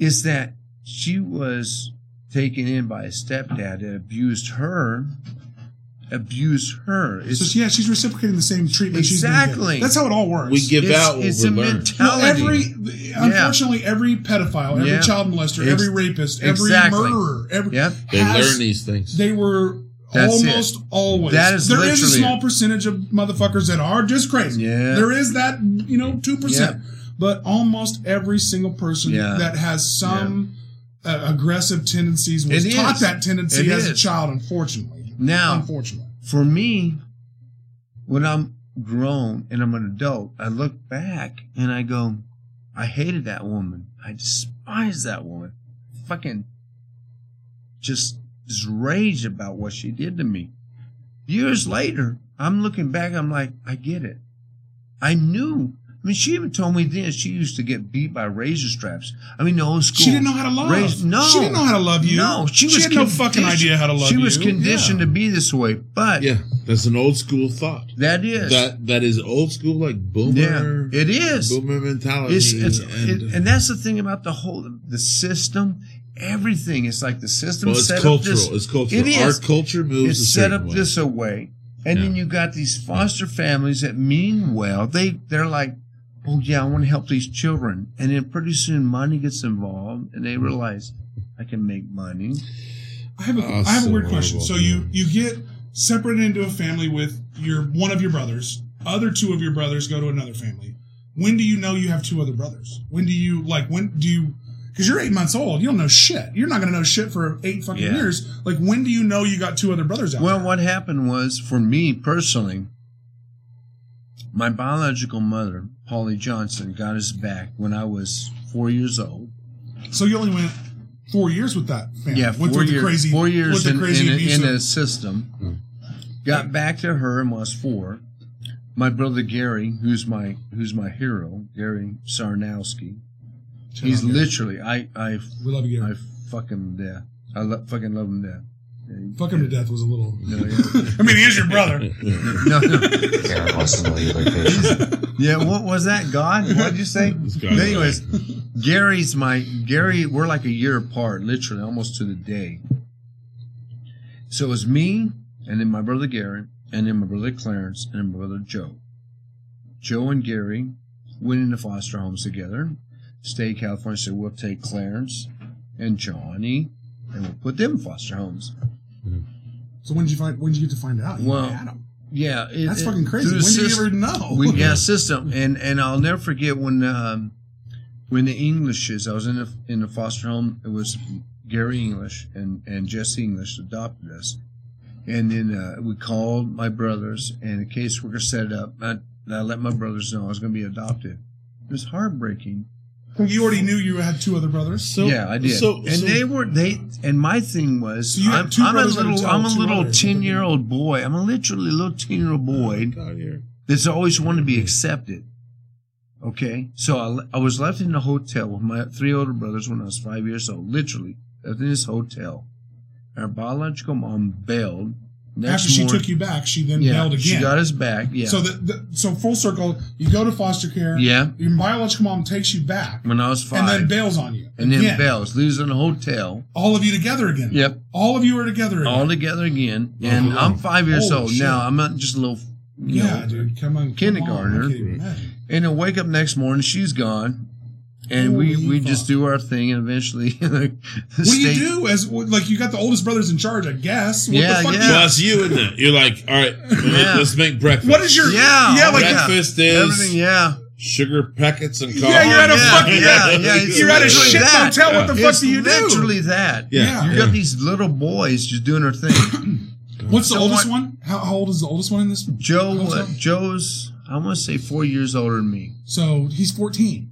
is that she was taken in by a stepdad that abused her abused her it's so she- yeah, she's reciprocating the same treatment. she's been getting. Exactly. That's how it all works. We give it's, out what it's we a learn. Well, mentality. every unfortunately, every pedophile, every Yeah. child molester, Ex- every rapist, every exactly. murderer, every Yep. They has- learn these things. They were That's it. almost always. That is there is a literally small percentage of motherfuckers that are just crazy. Yeah. There is that you know two percent, but almost every single person Yeah. that has some uh, aggressive tendencies was It taught is. that tendency It as a is. child. Unfortunately, Now, unfortunately, for me, when I'm grown and I'm an adult, I look back and I go, I hated that woman. I despise that woman. Fucking just this rage about what she did to me. Years later, I'm looking back, I'm like, I get it. I knew. I mean, she even told me then she used to get beat by razor straps. I mean, the old school. she didn't know how to love. Raised- no. she didn't know how to love you. No, she was had no fucking conditioned- idea how to love She you. was conditioned to be this way, but Yeah, that's an old school thought. that is That that is old school, like yeah, boomer. it is. boomer mentality. It's, it's and, and, it, and that's the thing about the whole the system, everything. It's like the system well, it's set cultural. up this. it's cultural. It Our is. culture moves. a It's set certain up way. this a way, and then Yeah. you got these foster families that mean well. They they're like, oh yeah, I want to help these children, and then pretty soon money gets involved, and they realize I can make money. I have a, Oh, I have a so weird question. horrible. So you you get separated into a family with your one of your brothers. Other two of your brothers go to another family. When do you know you have two other brothers? When do you like when do you? Because you're eight months old, you don't know shit. You're not going to know shit for eight fucking Yeah. years. Like when do you know you got two other brothers out? Well, there? what happened was, for me personally, my biological mother, Polly Johnson, got us back when I was four years old. so you only went four years with that family. Yeah, with, four, with The years, crazy, four years With the in, crazy in, a, in abusive- a system. Got back to her and was four. My brother Gary, who's my who's my hero, Gary Sarnowski. Shut He's up, Gary. literally I I We love you, I Gary. fucking him to death. I lo- fucking love him to death. Yeah, Fuck him to death was a little. you know, yeah. I mean, he is your brother. No, no. Karen wants to know the other patient. Yeah, what was that? God? What did you say? It's got- Anyways, Gary's my Gary. We're like a year apart, literally, almost to the day. So it was me, and then my brother Gary, and then my brother Clarence, and then my brother Joe. Joe and Gary went into foster homes together. State of California said we'll take Clarence and Johnny, and we'll put them in foster homes. So when did you find? When did you get to find out? You Well, had him. Yeah, it- That's it- fucking crazy. through When the did you system- ever know? we, yeah, system, and and I'll never forget when um, when the Englishes. I was in a in a foster home. It was Gary English and and Jesse English adopted us, and then uh, we called my brothers and a caseworker set it up. I, I let my brothers know I was going to be adopted. It was heartbreaking. You already knew you had two other brothers. so, yeah, I did. So, and so- they were they. And my thing was, So you had I'm, two I'm a brothers and a little, child, I'm a two little brothers. ten year old boy. I'm a literally little ten year old boy Out here. that's always want to be accepted. Okay, so I, le- I was left in a hotel with my three older brothers when I was five years old. Literally left in this hotel. Our biological mom bailed. Next After she morning- took you back, she then yeah, bailed again. She got us back. Yeah, So the, the, so full circle, you go to foster care. yeah. Your biological mom takes you back, When I was and five, then bails on you. and then again. bells leaves in a hotel. All of you together again. Yep, All of you are together again. all together again. And wow. I'm five years Uh-huh. Holy old shit. now. I'm not just a little. You yeah, know, dude. Come on. Kindergartner. Come on, I can't even imagine. And I wake up next morning, she's gone, and we, Holy we fuck. just do our thing, and eventually, like, the What do you state- do as like you got the oldest brothers in charge? I guess. What Yeah, the fuck yeah. do you- Well, it's you, isn't it? You're like, all right, Yeah. let's make breakfast. what is your Yeah, yeah oh like my God. breakfast is Everything, yeah. sugar packets and coffee. Yeah, you're at a Yeah, fucking yeah, yeah, it's you're at a literally shit that. hotel. What the fuck it's do you do? literally that. Yeah. You Yeah. got these little boys just doing their thing. What's the So oldest what- one? How, how old is the oldest one in this? Joe, How's uh, that? Joe's, I want to say four years older than me. So he's 14.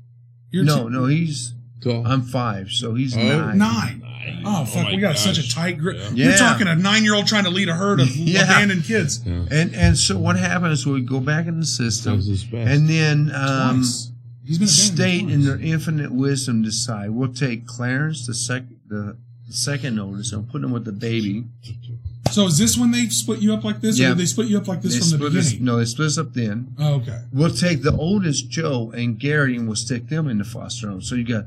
You're no, two- no, he's, Cool. I'm five, so he's Oh, nine. nine. Nice. Oh, fuck. my we got gosh. such a tight grip. Yeah. You're Yeah. talking a nine year old trying to lead a herd of Yeah. abandoned kids. Yeah. And, and so what happens is we go back in the system Sounds his best. and then, um, Twice. He's been abandoned state twice. in their infinite wisdom decide we'll take Clarence the second, the second oldest and put him with the baby. So is this when they split you up like this, or Yeah. did they split you up like this They from the split us- beginning? no, they split us up then. Oh, okay. We'll take the oldest Joe and Gary, and we'll stick them in the foster home. So you got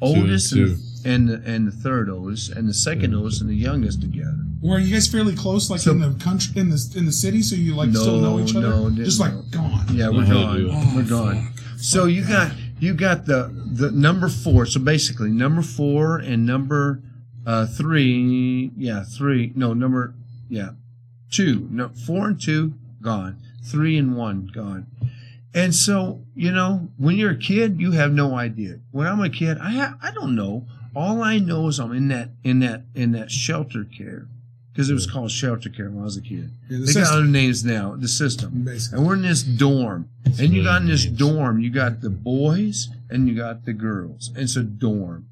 oldest two. and and the, and the third oldest and the second oldest and the youngest together. Were you guys fairly close, like So- in the country, in the in the city, so you like still No, know each other? no, didn't just like know. gone. Yeah, we're hell gone. do it. Oh, We're gone. So you got you got the the number four. So basically, number four and number uh, three. Yeah, three. No, number yeah, two. No, four and two gone. Three and one gone. And so you know, when you're a kid, you have no idea. When I'm a kid, I ha- I don't know. All I know is I'm in that in that in that shelter care because it was called shelter care when I was a kid. Yeah, the They got system, other names now. The system. basically. And we're in this dorm. And you really got in this nice. dorm, you got the boys and you got the girls. It's a dorm.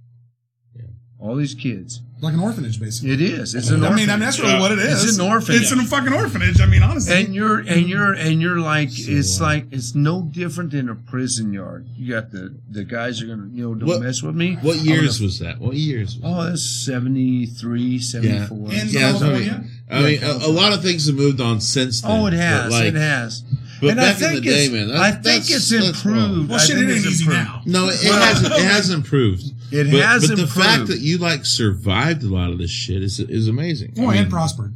All these kids. like an orphanage, basically. It is. It's an I mean, orphanage. I mean, that's really Yeah. what it It's is. an orphanage. It's in a fucking orphanage. I mean, honestly, and you're and you're and you're like So, it's uh, like it's no different than a prison yard. You got the the guys are gonna you know don't What- mess with me. What I'm years gonna- was that? What years? Was Oh, that's 73, 74. In Yeah, it's California? only- I mean, a, a lot of things have moved on since then. Oh, it but, has. like, it has. But and back I think in the day, it's, man, that- I think that's- it's that's wrong. improved. well, I shit, think it it's ain't easy improved. now. No, it, it hasn't. It has improved. It but, has but the improved. fact that you like survived a lot of this shit is is amazing. I Oh, mean, and prospered.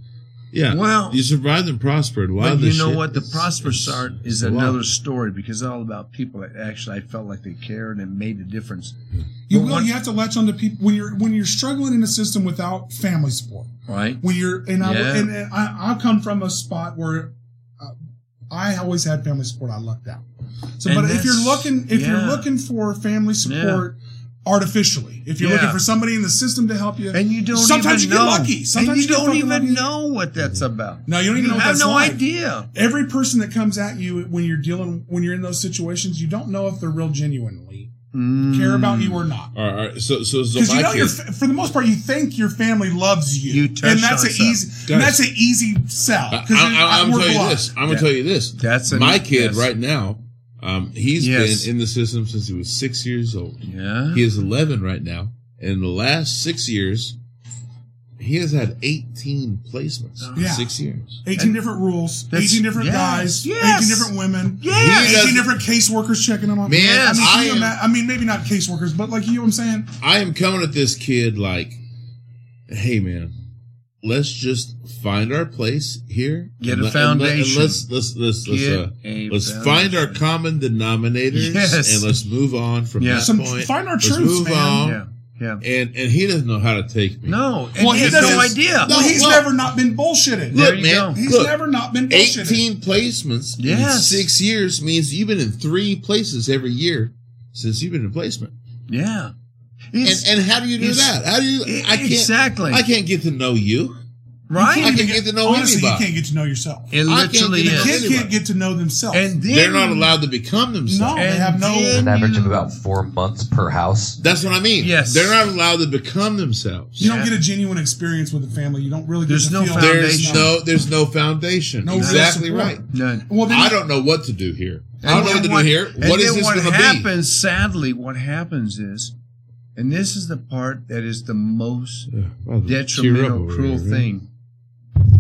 yeah, Well- you survived and prospered. A lot But of this you know shit what? The is- prosper is- start is a lot. another story because it's all about people that actually I felt like they cared and made a difference. You But will. one- you have to latch on to people when you're when you're struggling in a system without family support. Right? When you're and I Yeah. and, and I, I come from a spot where uh, I always had family support. I lucked out. So, And but if you're that's- looking if you're yeah. looking for family support artificially, if you're Yeah. looking for somebody in the system to help you, And you don't Sometimes even you get know. lucky. Sometimes and you, you get don't fucking even lucky. know what that's about. No, you don't even know what have that's no like. idea. every person that comes at you when you're dealing when you're in those situations, you don't know if they're real genuinely care about Mm. you or not. All right, all right. So, so, so Because my you know, kid- your, fa- for the most part, you think your family loves you, You and touched that's on an something. easy, and Guys. that's an easy sell. I, 'Cause you're- I, I'm we're gonna tell you blind. this. I'm gonna Yeah. tell you this. Mm, That's a- my kid yes. right now. Um, he's Yes. been in the system since he was six years old. Yeah. He is 11 right now. In the last six years, he has had 18 placements. in Yeah. Six years. Eighteen different rules, That's- eighteen different yes, guys, yes. eighteen different women, Yes. He doesn't- eighteen different caseworkers checking on him. Man, I mean, I can you am- ima- I mean, maybe not caseworkers, but like you know what I'm saying. I am coming at this kid like, hey, man, let's just find our place here. Get And a let- and let- foundation. And let's, let's, let's, let's, Get uh, a let's find our foundation. common denominators Yes. and let's move on from Yeah. that Some- point. find our Let's truths, move man. on. Yeah. Yeah. And, and he doesn't know how to take me. No. And Well, he he has no doesn't- idea. No, Well, he's well- never not been bullshitted. There Look, you man. go. he's look, never not been bullshitted. 18 placements Yes. in six years means you've been in three places every year since you've been in placement. Yeah. And, He's- and how do you do it's- that? How do you? e- I can't. exactly. I can't get to know you. right? I can't get to know Honestly, anybody. you can't get to know yourself. it I can't literally get the to is. kid Anybody. can't get to know themselves. And then They're not allowed to become themselves. No. They have no- An then average of you- about four months per house. That's what I mean. Yes. They're not allowed to become themselves. you don't Yeah. get a genuine experience with the family. You don't really. Get There's to no feel foundation. There's no. There's no foundation. No real exactly support. right. None. Well, then I don't know what to do here. I don't know what to then do here. and What is then this what going to be? happens, sadly, what happens is, and this is the part that is the most Yeah, well, cheer up detrimental, over cruel here, man. thing,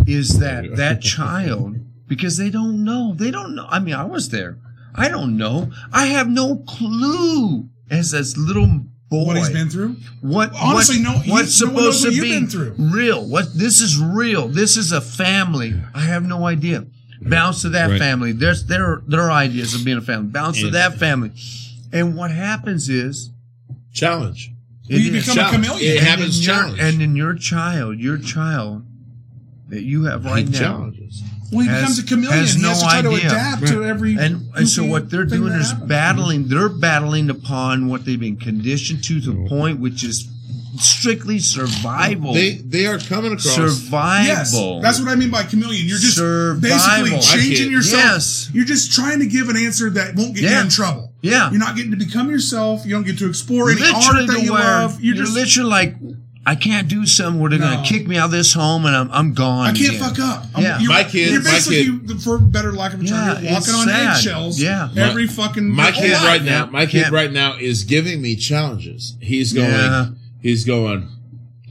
is Yeah. that that child, because they don't know, they don't know. I mean, I was there. I don't know. I have no clue as this little boy what he's been through. what Honestly, what- no, you- what's no one knows supposed what to you've be been through. real what this is real this is a family i have no idea bounce to that Right. family there's their their ideas of being a family bounce to And- that family and what happens is Challenge. it you is- become a Challenge. chameleon. It And and happens. in your- Challenge. and in your child your child that you have right now Challenges. Well, he has- becomes a chameleon. has he no has to try to idea. adapt to every. and and so goofy what they're thing doing that is happens. battling. They're battling upon what they've been conditioned to the point, which is strictly survival. They they are coming across. survival. Yes, that's what I mean by chameleon. You're just basically Survival. I changing get- yourself. Yes. You're just trying to give an answer that won't get you Yeah. in trouble. Yeah. You're not getting to become yourself. You don't get to explore any literally art that to you where love. You're, You're, just literally like, I can't do something where they're No. gonna kick me out of this home and I'm I'm gone. I can't again. fuck up. I'm, Yeah. you're, My kid- You're my basically, for better lack of a term, Yeah, you're walking it's on sad. eggshells. Yeah. Every fucking my whole kid life. right now, my kid Yeah. right now is giving me challenges. He's going. Yeah. He's going.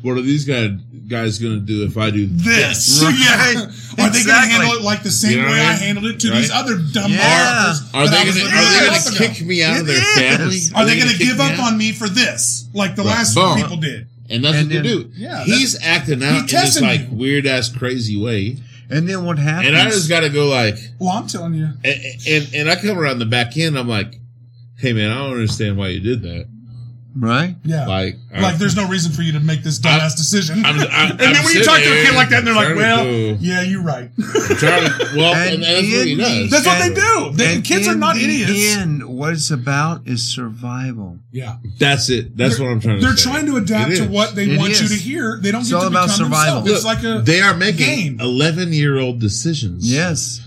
What are these guy, guys going to do if I do this? This. Right. Yeah. Are they going to Exactly. handle it like the same You know way what I I mean? handled it to Right. these other dumb Yeah. motherfuckers Are that I they going was to looking are at they a going month to ago? kick me out of It their is. family? Are they going gonna to kick give me out? up on me for this, like the Right. last Boom. people did? And that's And what they then- do. Yeah, that's- he's acting out in this testing like you. weird ass crazy way, And then what happens? and I just got to go like, Well, I'm telling you, and, and and I come around the back end. I'm like, hey man, I don't understand why you did that. right. yeah. Like, Like, uh, there's no reason for you to make this dumbass decision. I'm- I- and then I'm when you talk to a sitting kid like that, and they're like, there "Well, trying to- yeah, you're right." Charlie, well, and, And that's what he in does. the- That's what they And- do. They, And kids are in not the idiots. End, what it's about is survival. Yeah, That's it. That's They're- what I'm trying to They're say. trying to adapt It to is. what they It want you is. to hear. They don't It's get all to about become survival. themselves. It's like a they are making game. eleven year old decisions. Yes,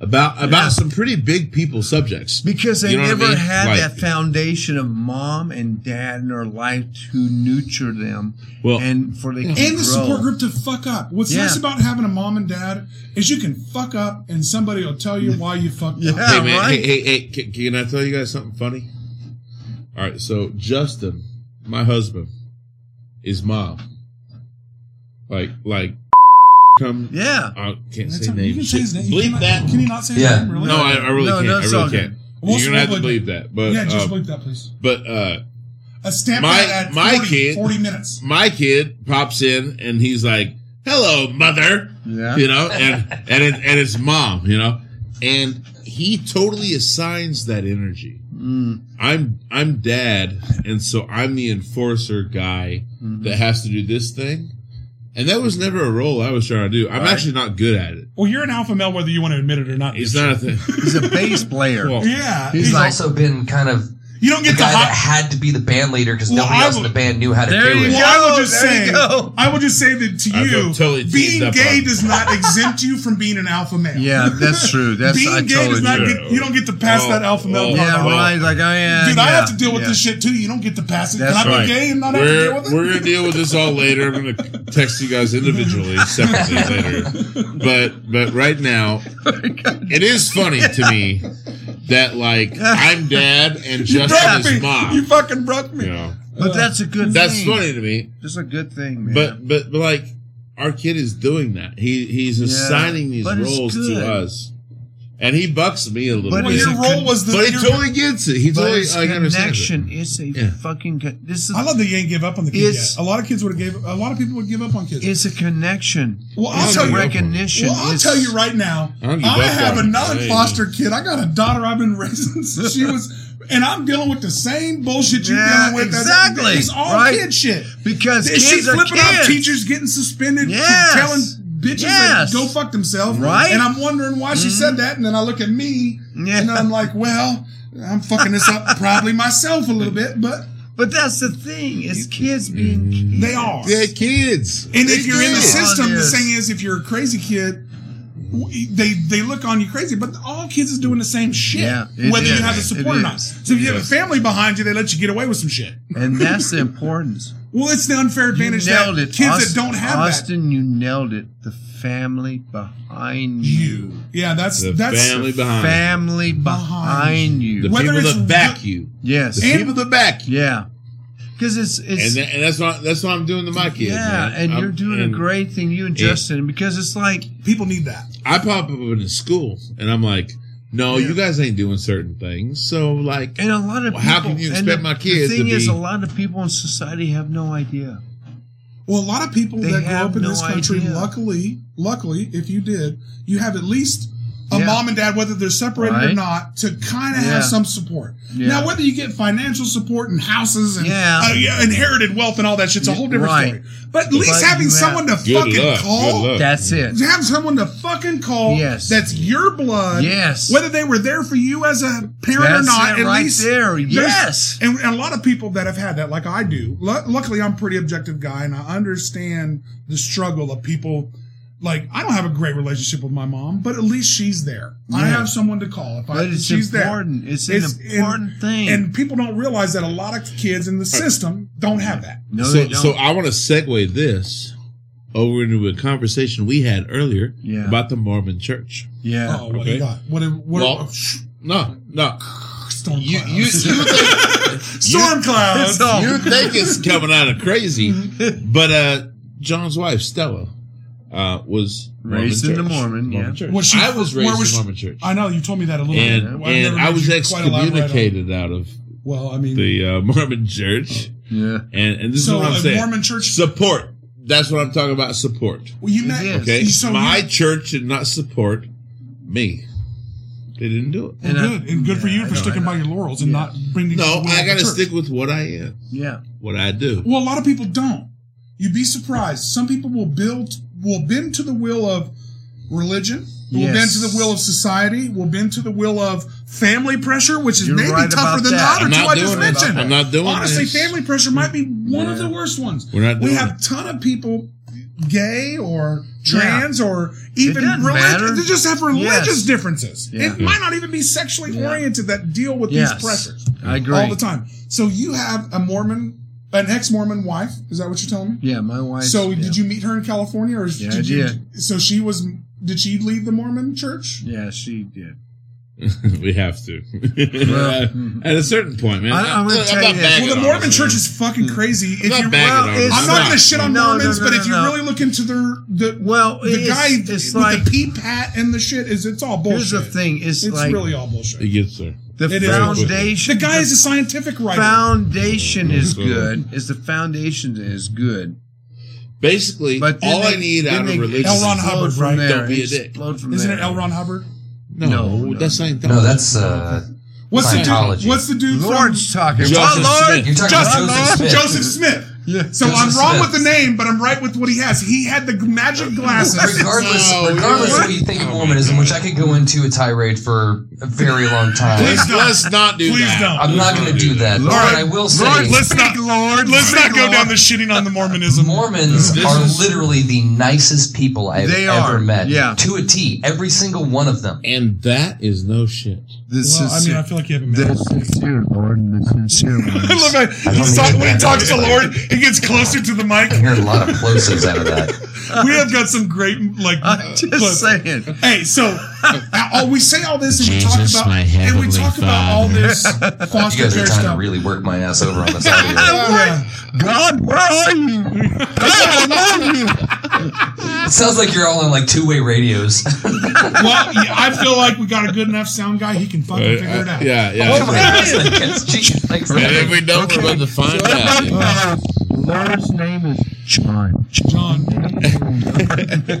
About about some pretty big people subjects. because they You know what I never mean? had Like- that foundation of mom and dad in their life to nurture them. Well- and for the and the support group to fuck up. What's Yeah. nice about having a mom and dad is you can fuck up, and somebody will tell you why you fucked Yeah, up. hey man, right. hey, hey, hey, can, can I tell you guys something funny? All right, so Justin, my husband, is mom. Like like come Yeah. I can't That's say all- you names. can say his name. Bleep Can I- that. Can you not say his Yeah. name? Really? No, I, I really No, can't. no, I it's all really good. can't. We'll You're gonna have to split- believe that. But yeah, just um, bleep that, please. but uh A stamp my- that at my 40, kid- 40 minutes. my kid pops in and he's like, "Hello, mother," Yeah. you know, and and it, and it's mom, you know, and he totally assigns that energy. I'm I'm dad, and so I'm the enforcer guy that has to do this thing, and that was never a role I was trying to do. I'm actually not good at it. Well, you're an alpha male whether you want to admit it or not. It's not a thing. He's a bass player. Well, Yeah. He's He's like- also been kind of you don't the get the guy that hot. had to be the band leader because Well, nobody I else in will- the band knew how to There do you it. Well, go. I will just There you say, go. I will just say that to I feel you, totally teased being up gay on- does not exempt you from being an alpha male. Yeah, that's true. That's being I gay does totally not true. you. get you don't get to pass Oh, that alpha male. oh, part Yeah, off. right. Like I am. Dude, yeah, I have to deal with yeah. this shit too. You don't get to pass it. That's Can I right. be gay and not have to we're deal with it? we're gonna deal with this all later. I'm gonna text you guys individually, separately later. But but right now, it is funny to me that like I'm dad and Justin Broke me. is mom. You fucking broke me. you know, But that's a good. that's thing. funny to me. That's a good thing, man. But but but like our kid is doing that. He he's assigning these but it's roles to good. us, and he bucks me a little But Well, bit. it's your a role con- was the. but he your- totally gets it. He But totally it's I understand. it. connection. It's a Yeah. fucking. Con- this is. I love that you ain't give up on the kids. It's- yet. A lot of kids would have gave. A lot of people would give up on kids. It's a connection. Well, I'll it's tell a you- recognition. Well, I'll It's- tell you right now. I don't give I up have a on it. non-foster kid. I got a daughter I've been raising since she was, and I'm dealing with the same bullshit you're Yeah, dealing with. exactly, It's all right? kid shit. because Is kids she are flipping kids. off teachers getting suspended Yes. for telling bitches Yes. to go fuck themselves? Right. Mm-hmm. And I'm wondering why she said that. And then I look at me Yeah. and I'm like, well, I'm fucking this up probably myself a little bit, but But that's the thing. It's kids being. Kids. they are. Yeah, kids. And if you're in the do. system, the Yes. thing is, if you're a crazy kid, w- they they look on you crazy, but all kids is doing the same shit, Yeah, it whether is. you have the It support or not. is. So if you have a Yes. family behind you, they let you get away with some shit. and that's the importance. Well, it's the unfair You advantage that nailed it. kids Aust- that don't have that. Austin, you nailed it. The family behind you. Yeah, that's The that's family behind. Family behind the you. Whether people it's that back the- you. Yes. The people that back you. yeah. Because it's it's And, that, and that's what that's what I'm doing to my kids. yeah, man. and I'm- you're doing and a great thing, you and Justin, because it's like people need that. I pop up in a school, and I'm like, no, you guys ain't doing certain things. So like, And a lot of Well, people. how can you and expect the- my kids The thing to is, be- a lot of people in society have no idea. Well, a lot of people They that grew have up in no this country, idea. luckily, luckily, if you did, you have at least a Yeah. mom and dad, whether they're separated or Right. not, to kind of Yeah. have some support. Yeah. Now, whether you get financial support and houses and Yeah. uh, yeah, inherited wealth and all that shit's a whole different Right. story. But at least But having you have- someone to Good fucking luck. call, Good luck. That's it. to have someone to fucking call Yes. that's your blood. Yes. Whether they were there for you as a parent or That's not, it at right least there. there's- Yes. And, and a lot of people that have had that, like I do. Lu luckily, I'm a pretty objective guy, and I understand the struggle of people. Like I don't have a great relationship with my mom, but at least she's there. I Yeah. have someone to call if I. But it's she's important. There. It's an important and, thing. and people don't realize that a lot of kids in the system don't have that. No, so, they don't. so I want to segue this over into a conversation we had earlier Yeah. about the Mormon Church. yeah. Oh, what do okay. you got? What? What? Well, no, no. storm You, you, you, think, clouds. storm clouds. It's all- you think it's coming out of crazy, but uh, John's wife Stella uh, was Raised in the Church. Mormon, yeah. Church. Was she- I was where raised in was she- Mormon Church, I know you told me that a little bit. and I've never and I heard was you quite elaborate on- excommunicated out of Well, I mean, the uh, Mormon Church, yeah. and and this So is what I'm a saying. Mormon church- support. That's what I'm talking about. Support. well, you met. is. Okay, So my you- church did not support me. They didn't do it. Well, And I- good and good for yeah, you I for know, sticking I know. by your laurels and Yeah. not bringing. Mm-hmm. No, the will I of got to the church. stick with what I am, Yeah. what I do. Well, a lot of people don't. You'd be surprised. Some people will build, will bend to the will of religion. Will bend Yes. to the will of society. Will bend to the will of family pressure, which is You're maybe right tougher about than that. the I'm other two not I doing just it. mentioned. I'm not doing Honestly, this. family pressure might be one of the Yeah. worst ones. We're not we doing have it. ton of people, gay or trans or even doesn't matter. religious. They just have religious Yes. differences. Yeah. It might not even be sexually Yeah. oriented that deal with Yes. these pressures I agree. all the time. So you have a Mormon, an ex-Mormon wife. Is that what you're telling me? Yeah, my wife. So yeah. did you meet her in California, or Yeah, did I you? did. So she was. Did she leave the Mormon Church? Yeah, she did. we have to. Well, mm-hmm. At a certain point, man. I- I'm gonna tell you this. bagging Well, the on Mormon this, Church man. is fucking crazy. If not you're, bagging Well, on Hmm. it's- this. I'm not going to shit on No, no, Mormons, no, but no, if you no. really look into their the Well, the it's- guy it's with like- the peep hat and the shit is it's all bullshit. Here's the thing. It's, It's like really all bullshit. It gets there. the it is. foundation. The guy is a scientific writer. foundation is Absolutely. good. Is the foundation is good. Basically, But then all they, I need then out they of religion. L. Ron explode Hubbard, from right? There. Don't be a dick. explode from Isn't there. it L. Ron Hubbard? no, No, no. that's ain't No, that's uh, What's the Scientology. dude? What's the dude Lord's talking. Joseph What Lord? Smith. You're talking Joseph- about Joseph from Smith. Joseph Smith? Yeah. So Joseph I'm wrong Smith. with the name, but I'm right with what he has. He had the g- magic glasses. regardless, No, regardless of you're- what you think of Mormonism, which I could go into a tirade for a very long time. Please Let's, don't. let's not do Please that. don't. I'm not going to do that. Lord, but I will say, Lord, let's not- Lord. Let's speak, not go Lord. down the shitting on the Mormonism. Mormons This are is- literally the nicest people I've They ever are, met. yeah. To a T, every single one of them. And that is no shit. This Well, I is mean, I feel like you haven't met. the sincere Lord and the sincere I love ones. how he's talk- when he talks to the Lord, he gets closer to the mic. I hear a lot of plosives out of that. We have got some great like. I'm clips. just saying. Hey, so uh, we say all this and we talk Jesus, about my and we heavenly talk about all Father. this You foster guys are care trying to stuff. really work my ass over on this audio. Yeah. God, where are you? God, I love you. It sounds like you're all on like two-way radios. well, yeah, I feel like we got a good enough sound guy. He can fucking Uh, figure it out. yeah, yeah. Thanks. And if we don't, we're about to find out. you know. Lord's name is John. John.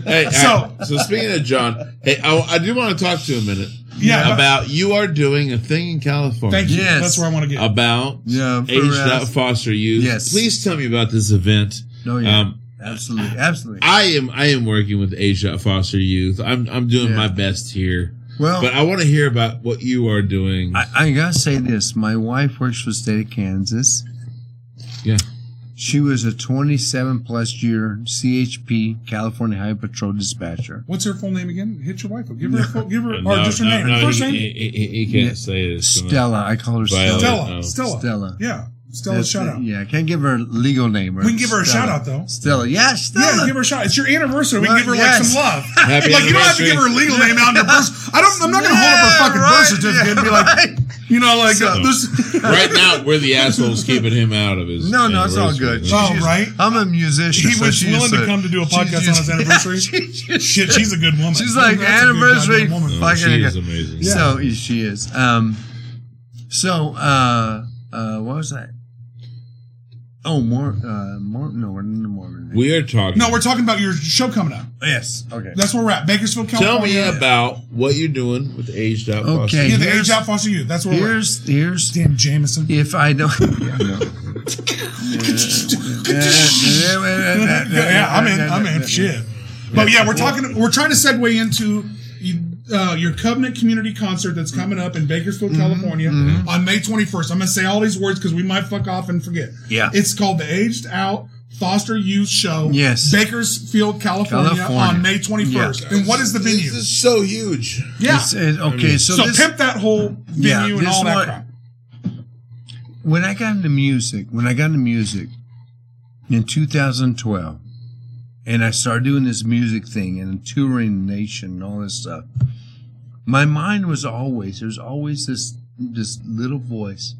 Hey, all So- right. so speaking of John, hey, I, I do want to talk to you a minute Yeah. about you are doing a thing in California. Uh-huh. Thank you. uh, Yes. That's where I want to get. about Yeah, for aged us. out foster youth. Yes. Please tell me about this event. No, Oh, yeah, Um, absolutely, absolutely. I am I am working with aged out foster youth. I'm I'm doing Yeah. my best here, Oh. well, but I want to hear about what you are doing. I, I gotta say this: my wife works for the state of Kansas. Yeah. she was a 27 plus year CHP California Highway Patrol dispatcher. What's her full name again? Hit your wife. up. Give her. A full, give her. Uh, or just her name. Her First he, name. He, he- he can't Yeah. say this. Stella, I call her Violet. Stella. Stella. no. Stella. Stella. Yeah. Stella. That's shout it. out. Yeah, I can't give her a legal name. Or We can give her a Stella. shout out though. Stella, yeah, Stella. Yeah, give her a shout. It's your anniversary. We can Well, give her like yes. some love. Happy like you don't have to anniversary. give her a legal name out on your birth. I don't. I'm not going to hold up her fucking birth certificate and be like, you know, like uh, So- this. right now, we're the assholes keeping him out of his. No, no, it's all good. anniversary. Oh, She's- right? I'm a musician. He so was she willing just to said- come to do a she podcast on just- his anniversary? she just- Shit, she's a good woman. She's like That's a good anniversary. goddamn woman. Oh, she Fucking- is amazing. Yeah. So yeah, she is. Um, so uh, uh, what was that? Oh, more, uh, more. No, we're in the Mormon. We are talking. No, we're talking about your show coming up. yes. Okay. That's where we're at. Bakersfield, Tell California. me about what you're doing with Aged Out. Okay. Foster. Yeah, the Here's- age out foster youth. That's where we're at. Here's here's Damn Jameson. if I know. yeah, yeah, I'm in. I'm in. Shit. But yeah, we're talking. We're trying to segue into uh, your Covenant Community Concert that's coming up in Bakersfield, Mm-hmm. California, on May 21st. I'm gonna say all these words because we might fuck off and forget. Yeah. it's called the Aged Out Foster Youth Show. Yes. Bakersfield, California, California. on May 21st. And what is the venue? This is so huge. yeah. It's- it- okay, so, so this, pimp that whole venue Yeah, and this all that one- crap. when I got into music, when I got into music in 2012, and I started doing this music thing and touring the nation and all this stuff, my mind was always there's always this this little voice,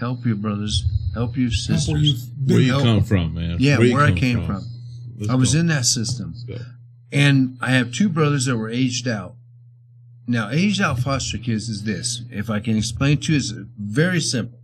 help your brothers, help your Couple sisters. youth- Where you Help. come from, man? Yeah, you where I come came from. Let's I was go. in that system. Let's go. And I have two brothers that were aged out. Now, aged out foster kids is this. If I can explain to you, it's very simple.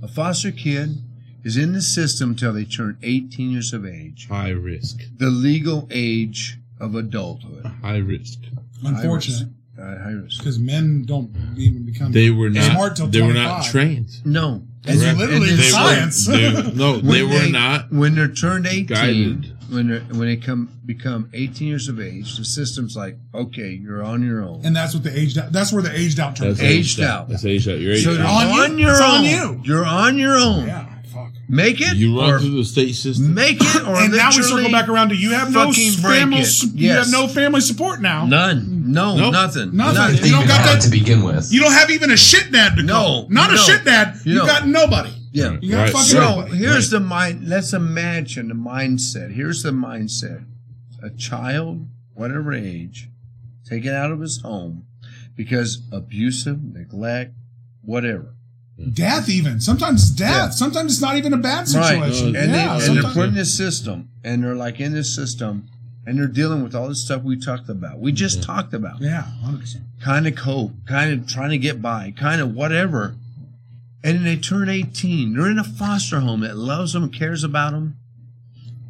A foster kid is in the system till they turn 18 years of age, High risk. the legal age of adulthood. High risk. Unfortunate, Uh, high risk. because men don't even become They were not. smart till they were not 25. trained. No. As you Correct. literally And in they were- science. they- no, they When were not. when they're turned 18 guided. when they're, when they come become 18 years of age the system's like okay you're on your own And that's what the aged out. That's where the aged out term. That's is. Aged out. That's aged out. You're aged so you're out. on, on you. your It's own on you. you're on your own Yeah, fuck. make it You run or through the state system. make it or And now we literally circle back around to you have no fucking break family. it. su- You Yes. have no family support now. none no Nope. nothing Nothing. nothing You don't got that- to begin with. You don't have even a shit dad to No, call. not a no. shit dad. You You, don't. got nobody. yeah You got Right. fucking So, so nobody. here's the mind let's imagine the mindset here's the mindset a child whatever age taken out of his home because abusive neglect whatever Death, even sometimes death. Yeah. Sometimes it's not even a bad situation. No, And, yeah, they, and they're sometimes- put in this system, and they're like in this system, and they're dealing with all this stuff we talked about. We Mm-hmm. just talked about yeah, hundred percent. kind of cope, kind of trying to get by, kind of whatever. And then they turn 18. They're in a foster home that loves them, cares about them.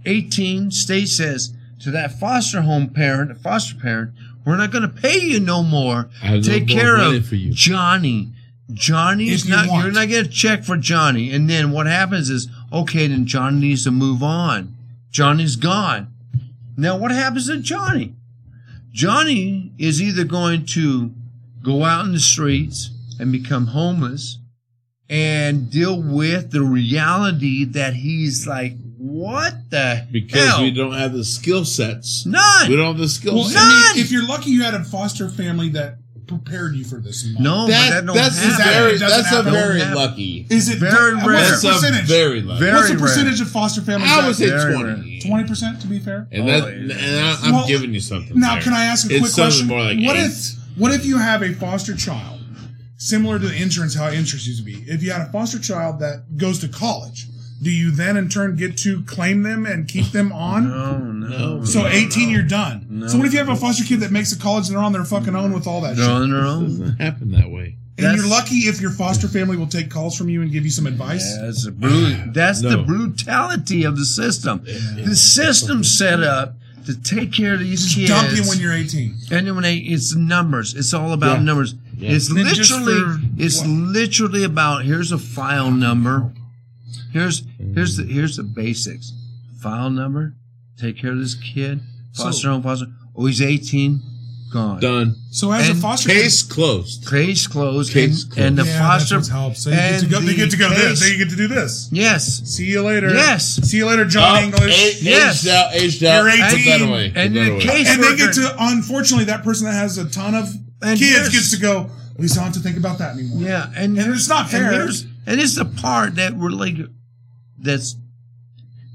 18, state says to that foster home parent, the foster parent, we're not going to pay you no more. I have no Take more care money of for you." Johnny. Johnny's If you not, want. you're not going to check for Johnny. And then what happens is, okay, then Johnny needs to move on. Johnny's gone. Now, what happens to Johnny? Johnny is either going to go out in the streets and become homeless and deal with the reality that he's like, what the Because hell? we don't have the skill sets. None. We don't have the skill Well, sets. I None. mean, if you're lucky, you had a foster family that prepared you for this. no, but that That, don't that's happen. very, It doesn't that's a happen. very Don't happen. lucky. is it Very what's rare. That's the a percentage? very lucky. Very- what's the rare. percentage of foster families? I would say Very twenty. twenty percent to be fair. And, that, Oh, and yeah. I, I'm Well, giving you something. Now, there. can I ask a it's quick something question? More like what eight. if what if you have a foster child, similar to the insurance how insurance used to be? If you had a foster child that goes to college, do you then in turn get to claim them and keep them on? No, no. No. so eighteen, you're done. No. So what if you have a foster kid that makes a college and they're on their fucking own with all that They're shit? on their It own. doesn't happen that way? And you're that's- lucky if your foster family will take calls from you and give you some advice. That's, the bru- that's the No. brutality of the system. The system's set up to take care of these kids. Dump you when you're 18. And when they, it's numbers. It's all about Yeah. numbers. Yeah. It's Then just literally for it's what? literally about here's a file number. Here's here's the here's the basics. File number, take care of this kid, foster So- home, foster. Oh, he's eighteen, gone. Done. So as And a foster kid, Case closed. Case closed. Case and, closed. and the yeah, that's foster what's helped. So you get to and go, they the get to go case- this. They get to do this. Yes. See you later. Yes. See you later, John Up, English. Oh, eight- Yes. Aged out. Aged out. You're Put that 18, away. Put and that the away. case- and they Worker. get to unfortunately that person that has a ton of And kids there's- gets to go we don't have to think about that anymore Yeah. And and it's not fair And, there's- and it's the part that we're like, that's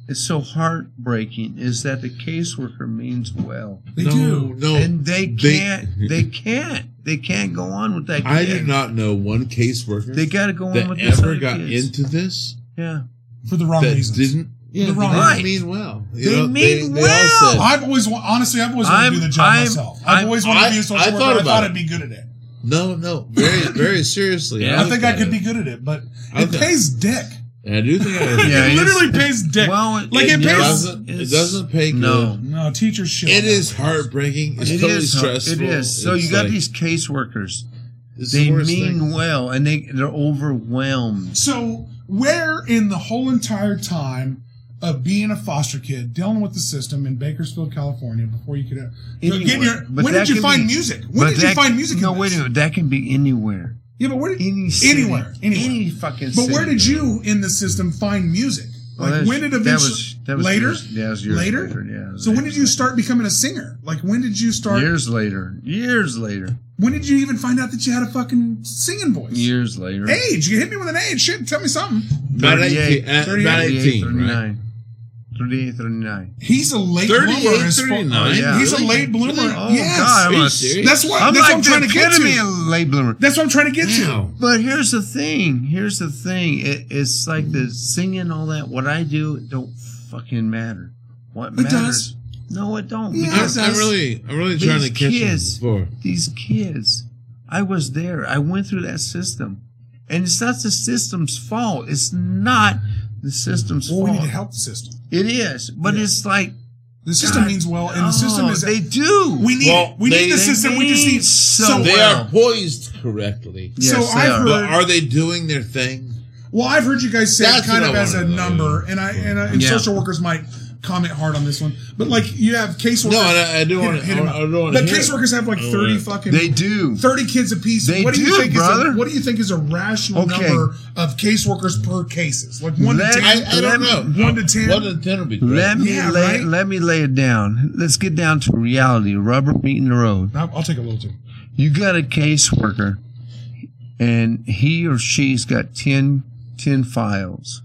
it's so heartbreaking is that the caseworker means well, they No, do no. and they They- can't, they, can't, they can't go on with that. I kid. do not know one caseworker They got to go on that with this ever other got kids. into this Yeah, for the wrong that reasons didn't. Yeah, The they wrong didn't Right. mean well. You They know, mean all well. said- I've always wa- honestly I've always wanted to do I'm- the job I'm- myself I've I'm- always wanted to be I- a I social thought worker I about thought it. I'd be good at it no, no, very, very seriously. Yeah. I I looked think I at could it. be good at it but I it looked at- pays dick And I do think I was, Yeah, it it's- literally pays dick. Well, it- like it, it, yeah, pays. doesn't, it It's- doesn't pay good. No. No, teachers shit. It is hard. heartbreaking. It's It totally is, huh? stressful. It is. So It's you got like- these caseworkers. it's They the worst mean thing. well, and they they're overwhelmed. So, where in the whole entire time of being a foster kid, dealing with the system in Bakersfield, California, before you could uh, Anywhere. get your, But when that did you can find be- music? When But did you that- find music? No, in wait a this? minute. That can be anywhere, Yeah, but where did? any city, Anywhere, anywhere. any fucking. but where city. did you in the system find music? Well, Like that's- when did eventually that was, that was later? Years, yeah, it was years Later? later. Yeah. it was so when did years you later. start becoming a singer? Like when did you start? Years later. Years later. When did you even find out that you had a fucking singing voice? Years later. Age? You hit me with an age. Shit, tell me something. About 18, 38, at- about 18, 39. 38, 39. He's a late 38, bloomer. as fuck. 39? oh, Yeah, He's really? a late bloomer. Really? Oh, yes. God, Are I'm, you a, serious? That's what. I'm that's what like I'm trying to get epitome to. of late bloomer. That's what I'm trying to get to. Wow. But here's the thing. Here's the thing. It, it's like the singing, all that. What I do it don't fucking matter. What It matters? No, it don't. Yeah. I'm, Because I'm These really, I'm really trying to catch kids. him. these kids, I was there. I went through that system, and it's not the system's fault. It's not the system's Well, we need fault. to help the system. It is, but it's like The system means well, and the system oh, is they do. we need Well, we they- need the they system. We just mean need so so. They Well. are poised correctly. Yes, so they I've are. heard- But are they doing their thing? Well, I've heard you guys say it That's kind what of I as a wanted to know, number, and I and, I, and Yeah. social workers might comment hard on this one, but like you have caseworkers. No, and I, I do Hit- want hit to. 'em I up. don't want but to. caseworkers have like Oh, thirty right. fucking They do. thirty kids apiece. They what do, you do, think Is brother. a, what do you think is a rational Okay. number of caseworkers per cases? Like one Let- to ten. I, I don't Eleven- know. one to ten. One to ten would be great. Let me Yeah, lay, right? let me lay it down. Let's get down to reality. Rubber meeting the road. I'll, I'll take a little too. You got a caseworker, and he or she's got 10, 10 files.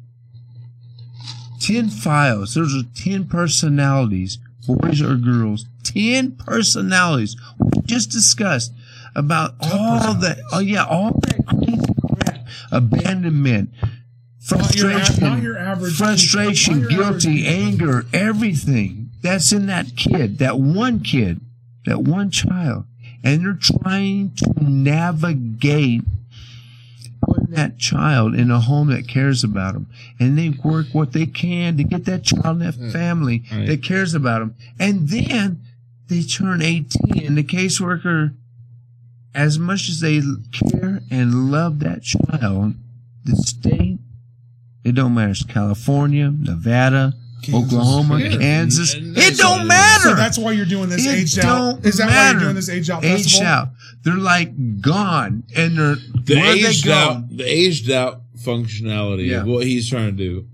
Ten files. Those are ten personalities, boys or girls. Ten personalities. We just discussed about all that. Oh yeah, all that crazy crap. Abandonment, Not your, a- frustration not your average. frustration, not your average- guilty, anger, everything that's in that kid, that one kid, that one child. And they're trying to navigate putting that child in a home that cares about them. And they work what they can to get that child and that family right. that cares about them. And then they turn 18 and the caseworker, as much as they care and love that child, the state, it don't matter. It's California, Nevada, Oklahoma, Yeah. Kansas. And- It don't matter. So that's why you're doing this It aged don't out. Is that why matter. you're doing this aged out? aged festival? out. They're like gone, and they're the where they aged go. out the aged out functionality Yeah. of what he's trying to do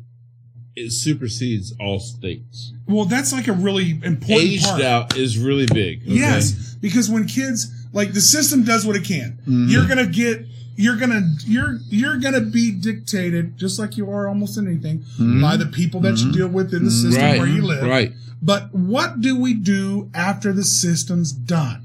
it supersedes all states Well, that's like a really important aged part. out is really big okay? Yes, because when kids like the system does what it can, Mm-hmm. you're gonna get. You're gonna you're you're gonna be dictated just like you are almost in anything by the people that you deal with in the system Mm-hmm. right where you live. right But what do we do after the system's done?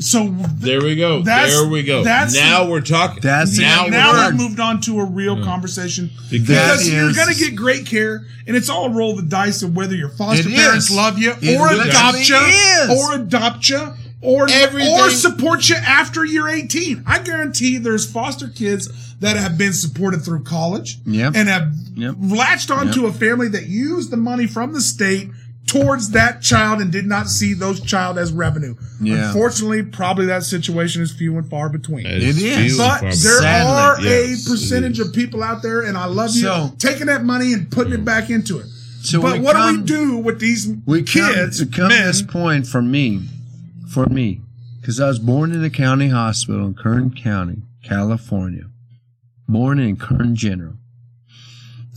So th- there we go That's- there we go that's- now we're talking That's now, now we're we've moved on to a real conversation because That because you're is- going to get great care, and it's all a roll of the dice of whether your foster It parents is. love you It or literally adopt you is. or adopt you or Everything- or support you after you're 18. I guarantee there's foster kids that have been supported through college Yep. and have Yep. latched onto a family that used the money from the state towards that child and did not see those child as revenue. Yeah. Unfortunately, probably that situation is few and far between. It's It is. few and But far there between. Sadly, are yes, a percentage it is. of people out there, and I love you, So- taking that money and putting it back into it. So but we what do come- we do with these we kids? come to come men, to this point for me, for me, because I was born in a county hospital in Kern County, California. Born in Kern General.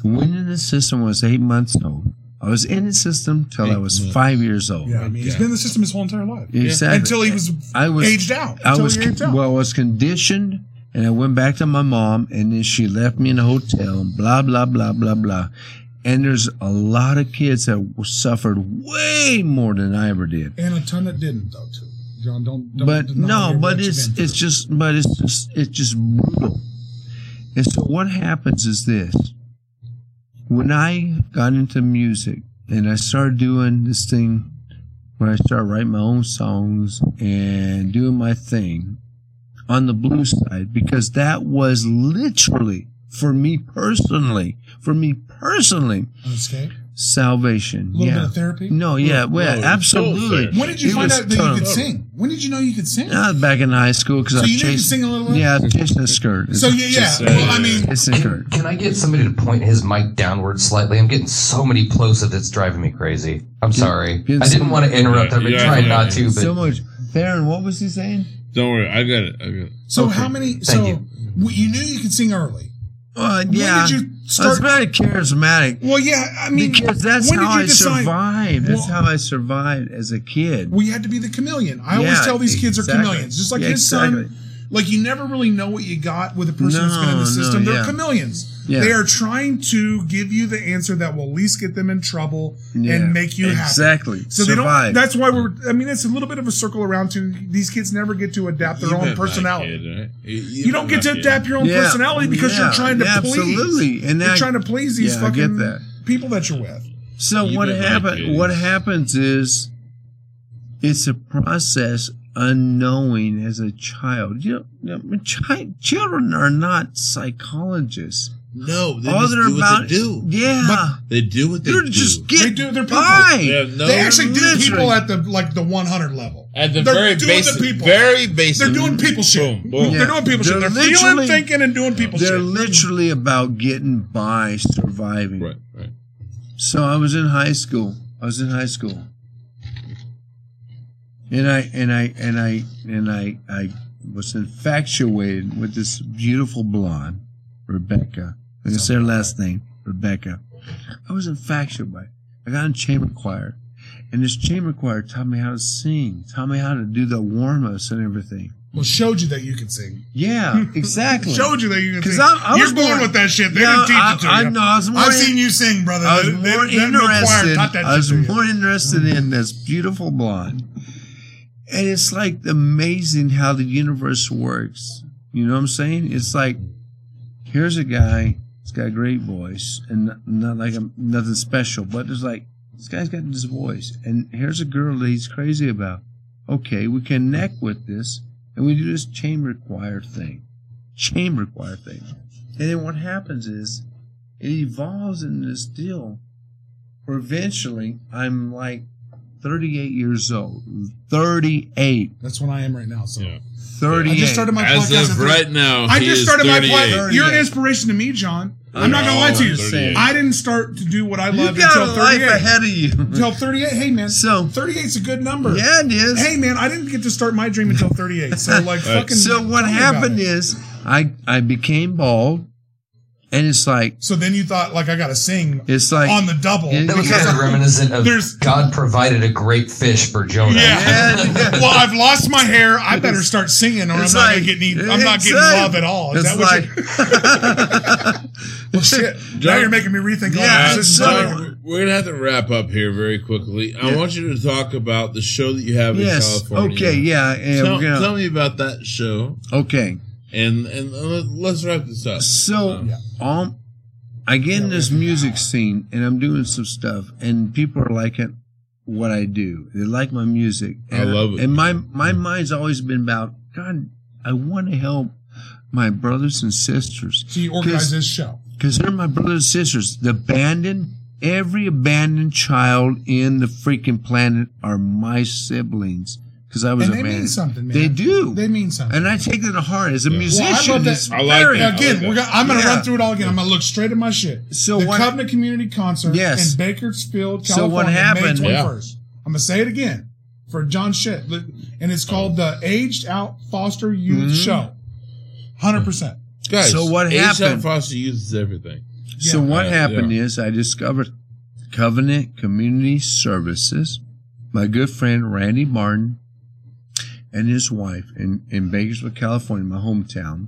Went in the system when I was eight months old. I was in the system till I Eight was months. five years old. yeah, I mean, he's Yeah. been in the system his whole entire life Exactly. until he was, I was aged out. I until was he aged out. well, I was conditioned, and I went back to my mom, and then she left me in a hotel, and blah blah blah blah blah. And there's a lot of kids that w- suffered way more than I ever did. and a ton that didn't though too. John, don't. don't But deny no, what but you've it's been through. it's just but it's just it's just brutal. And so what happens is this: when I got into music and I started doing this thing where I started writing my own songs and doing my thing on the blue side because that was literally for me personally, for me personally, Okay. salvation. A little yeah. bit of therapy. No, yeah, well, no, absolutely. it's When did you It find was out that tough. you could sing? When did you know you could sing? I was back in high school because I So was you knew you could chasing. sing a little bit? Yeah, I was chasing a skirt. so yeah, yeah. Just, uh, well, I mean, it's a skirt. Can I get somebody to point his mic downward slightly? I'm getting so many close that it's driving me crazy. I'm sorry. you- I didn't want to interrupt. Yeah, I've been yeah, trying yeah, not yeah. to, but So much. Baron, what was he saying? Don't worry, I got it. I got it. so how many? So Thank w- you knew you could sing early. Uh, yeah, When did you I was start? very charismatic well, yeah. I mean, because that's when how did you I decide survived. That's Well- how I survived as a kid. we had to be the chameleon? I always Yeah, tell these kids are exactly. chameleons, just like Yeah, his exactly. son. Like you never really know what you got with a person that's been in No, the no, system. They're yeah. chameleons. Yeah. They are trying to give you the answer that will least get them in trouble Yeah, and make you happy. exactly. So they don't. Survive. That's why we're. I mean, it's a little bit of a circle around to these kids never get to adapt their You own met my personality. kid, right? You, You don't get to adapt your own Yeah, personality because yeah, you're trying to yeah, please. absolutely. And you're that- trying to please these yeah, I fucking get that. people that you're with. So You what bet my happened? titties. What happens is, it's a process unknowing as a child. You know, chi- children are not psychologists. No, they All just they're do about, what they do. yeah, They do what they they're do. just They getting do their people. by. They have no- They actually do Literally. people at the like the 100 level. at the They're very doing basic, the people. very basic. They're doing people shit. Boom, boom. They're doing people shit. They're They're literally- feeling, thinking, and doing people They're shit. literally about getting by, surviving. Right, right. So I was in high school. I was in high school. And I and I and I and I I was infatuated with this beautiful blonde, Rebecca. I'm gonna say her last name, Rebecca. I was infatuated by it. I got in chamber choir. And this chamber choir taught me how to sing, taught me how to do the warm-ups and everything. well, showed you that you could sing. Yeah, exactly. Showed you that you could 'Cause sing. I- I you're was born born- with that shit. They Yeah, didn't teach I- it to I you. know, I was more have in- seen you sing, brother. I was They- they- more they- no choir interested. taught that I shit was to you. more interested in this beautiful blonde, and it's like amazing how the universe works. You know what I'm saying? It's like here's a guy. He's got a great voice, and not, not like a, nothing special, but it's like this guy's got this voice, and here's a girl that he's crazy about. Okay, we connect with this, and we do this chamber choir thing, chamber choir thing, and then what happens is it evolves in this deal where eventually I'm like 38 years old. 38. That's what I am right now. So Yeah. 38. I just started my As podcast. at of thir- right now, I he just is started my 38. podcast. You're an inspiration to me, John. I'm not gonna lie to you. Thirty-eight. I didn't start to do what I you loved got until a life 38. ahead of you. Until 38. Hey man, So- 38's a good number. yeah, it is. Hey man, I didn't get to start my dream until 38. So like fucking. so what tell me happened about it. is I I became bald, and it's like So then you thought like I gotta sing it's like on the double. It- that was because kind of reminiscent of there's- God provided a great fish for Jonah. Yeah. Yeah, yeah. well, I've lost my hair. I better start singing, or I'm It's not like- gonna get any. I'm not getting exactly. love at all. Is it's that what like you well, shit? Now John- you're making me rethink. all Yeah, my Uh, decisions. so- I John, we're gonna have to wrap up here very quickly. I Yeah. want you to talk about the show that you have in yes, California. okay, yeah, and Tell, we're gonna- tell me about that show, okay. and and let- let's wrap this up. So, um, I get in this music scene and I'm doing some stuff, and people are liking what I do. They like my music. I And love it. And my my mind's always been about God. I want to help my brothers and sisters So you organize this show. because they're my brothers and sisters. The abandoned, every abandoned child in the freaking planet are my siblings because I was And they mean abandoned. something, man. They do. They mean something. and I take that to heart as a musician. that. it's I like very- that. Again, like we're gonna, I'm going to Yeah. run through it all again. I'm going to look straight at my shit. So the what- Covenant Community Concert Yes. in Bakersfield, California, So what happened- May Yeah. 21st. I'm going to say it again for John Shit, Look, and it's called the Aged Out Foster Youth Mm-hmm. Show. Hundred percent. Guys, So what Age Out happened? Foster uses everything. So Yeah. what Yeah, happened is I discovered Covenant Community Services. My good friend Randy Martin and his wife in, in Bakersfield, California, my hometown.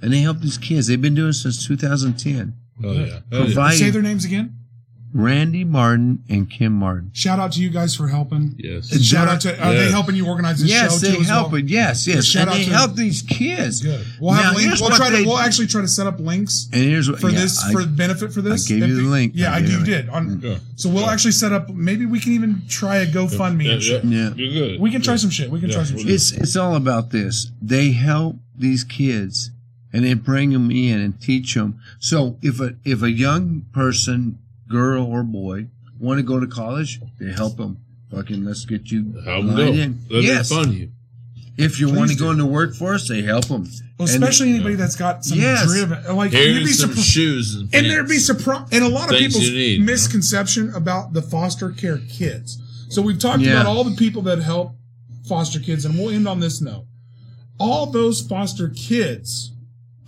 And they help these kids. They've been doing it since 2010. Oh yeah, oh, yeah. Say Providing their names again. Randy Martin and Kim Martin. Shout out to you guys for helping. yes. It's- Shout out to are they Yeah. helping you organize this yes, show they too? as help well? it. Yes, yes. Shout And out they to- help these kids. Good. We'll have Now, links. here's We'll what try they- to. We'll actually try to set up links And here's what for yeah, this I- for benefit for this. gave That you the they- link. Yeah, I I, gave you it. did. On, Yeah. So we'll actually set up. Maybe we can even try a GoFundMe. Yeah, and shit. yeah. Yeah. You're good. We can try some shit. We can Yeah. try some shit. It's it's all about this. They help these kids, and they bring them in and teach them. So if a if a young person, girl or boy, want to go to college, they help them. Fucking let's get you How lined go? in. Let Yes. them fund you. If you Please want to do. go into workforce, they help them. Well, especially anybody that's got some Yes. driven. Like you'd be Here's some surprised. shoes and, and there'd be pants. surprise and a lot of Things people's you need, huh? misconception about the foster care kids. So we've talked Yeah. about all the people that help foster kids, and we'll end on this note. All those foster kids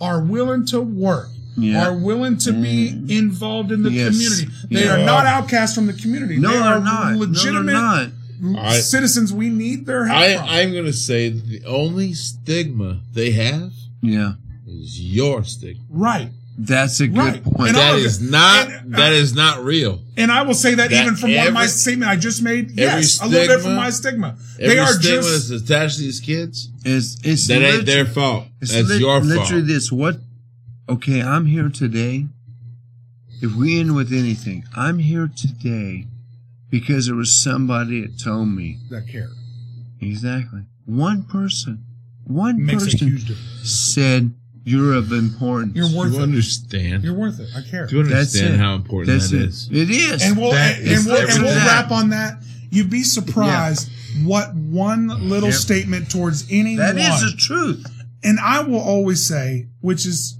are willing to work, Yeah. Mm. are willing to be involved in the Yes. community. They Yeah. are not outcasts from the community. No, they they're are not. legitimate no, they're not. I- citizens. We need their help. I, from. I'm going to say that the only stigma they have Yeah, is your stigma. right, that's a good Right. point. And I- That all of is it. not And, uh, that is not real. and I will say that, That even from one of my every- statement I just made. Yes, a little bit stigma- from my stigma. Every They are stigma just that's attached to these kids, it's it's that ain't lit- their fault. it's That's lit- your fault. literally this. What? Okay, I'm here today. If we end with anything, I'm here today because there was somebody that told me that care. exactly one person, one makes a person huge difference. said you're of importance. You're Do worth you it. understand? You're worth it. I care. Do you That's understand it. how important That's that it. is? It is. and we'll That and, is and we'll, and everything. we'll that. wrap on that. You'd be surprised what one little Yep. statement towards anyone. That is the truth. and I will always say, which is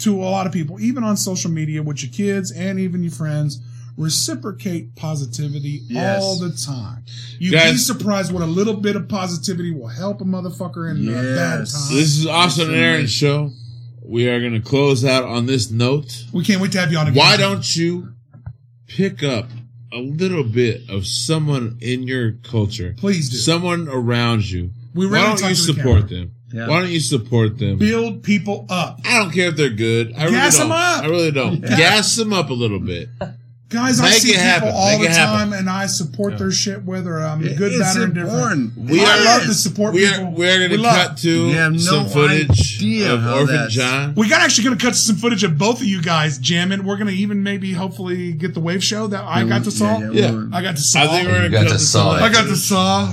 to a lot of people, even on social media, with your kids and even your friends. Reciprocate positivity Yes. all the time. You'd be Guys- surprised what a little bit of positivity will help a motherfucker in a bad Yes. time. This is Austin and Listen, man. Aaron's show. We are going to close out on this note. We can't wait to have you on again. Why don't you pick up a little bit of someone in your culture, please do? someone around you? we really Why talk don't you to the support camera. them? Yeah. Why don't you support them? Build people up. I don't care if they're good. I really Gas don't. 'em up. I really don't. Gas them up a little bit. Guys, I Make see it people happen. all Make the it happen. time, and I support their shit, whether I'm It- good, it's bad, or indifferent. important. We I are- love to support We people. are we're going We to love- cut to You have no some footage idea of how Orphan that's- John. We got actually going to cut some footage of both of you guys jamming. We're going to even maybe hopefully get the wave show that I got to saw. Yeah. we're- I got to saw. I think we're I going You to got cut to this saw one it. out. got to saw.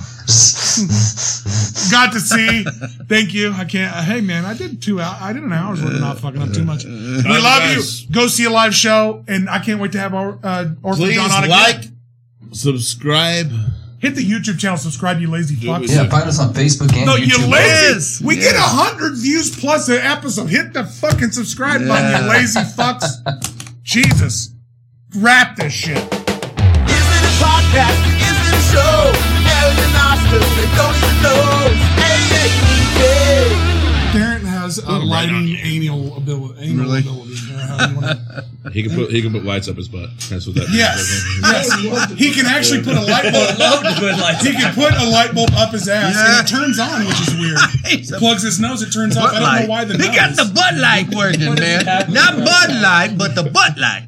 Got to see. Thank you. I can't. uh, Hey man, I did two. hou- I did an hour's worth of not fucking up too Uh, much. We Alright, love guys. you. Go see a live show, and I can't wait to have our uh, Orphan Please John on again. like, subscribe. Hit the YouTube channel, subscribe, you lazy Do fucks. it. Yeah, find us on Facebook and No, YouTube. you lazy. Yes, we yes. get a hundred views plus an episode. Hit the fucking subscribe button, Yeah. you lazy fucks. Jesus, wrap this shit. Is it a podcast? Is it a show? Aaron and Oscar, they don't even know. Hey, hey, hey. Darren has a right on lighting you. anal ability. Anal Really? ability. Darren, how do you wanna- He can put he can put lights up his butt. That's what that means. Yes, yes. He can actually put a light bulb. Love to put lights He can put a light bulb up his ass, Yeah. and it turns on, which is weird. He's a Plugs his nose, it turns off. I Bud don't know Light. why the They nose. got the butt light working, man. Not Bud Light, but the butt light.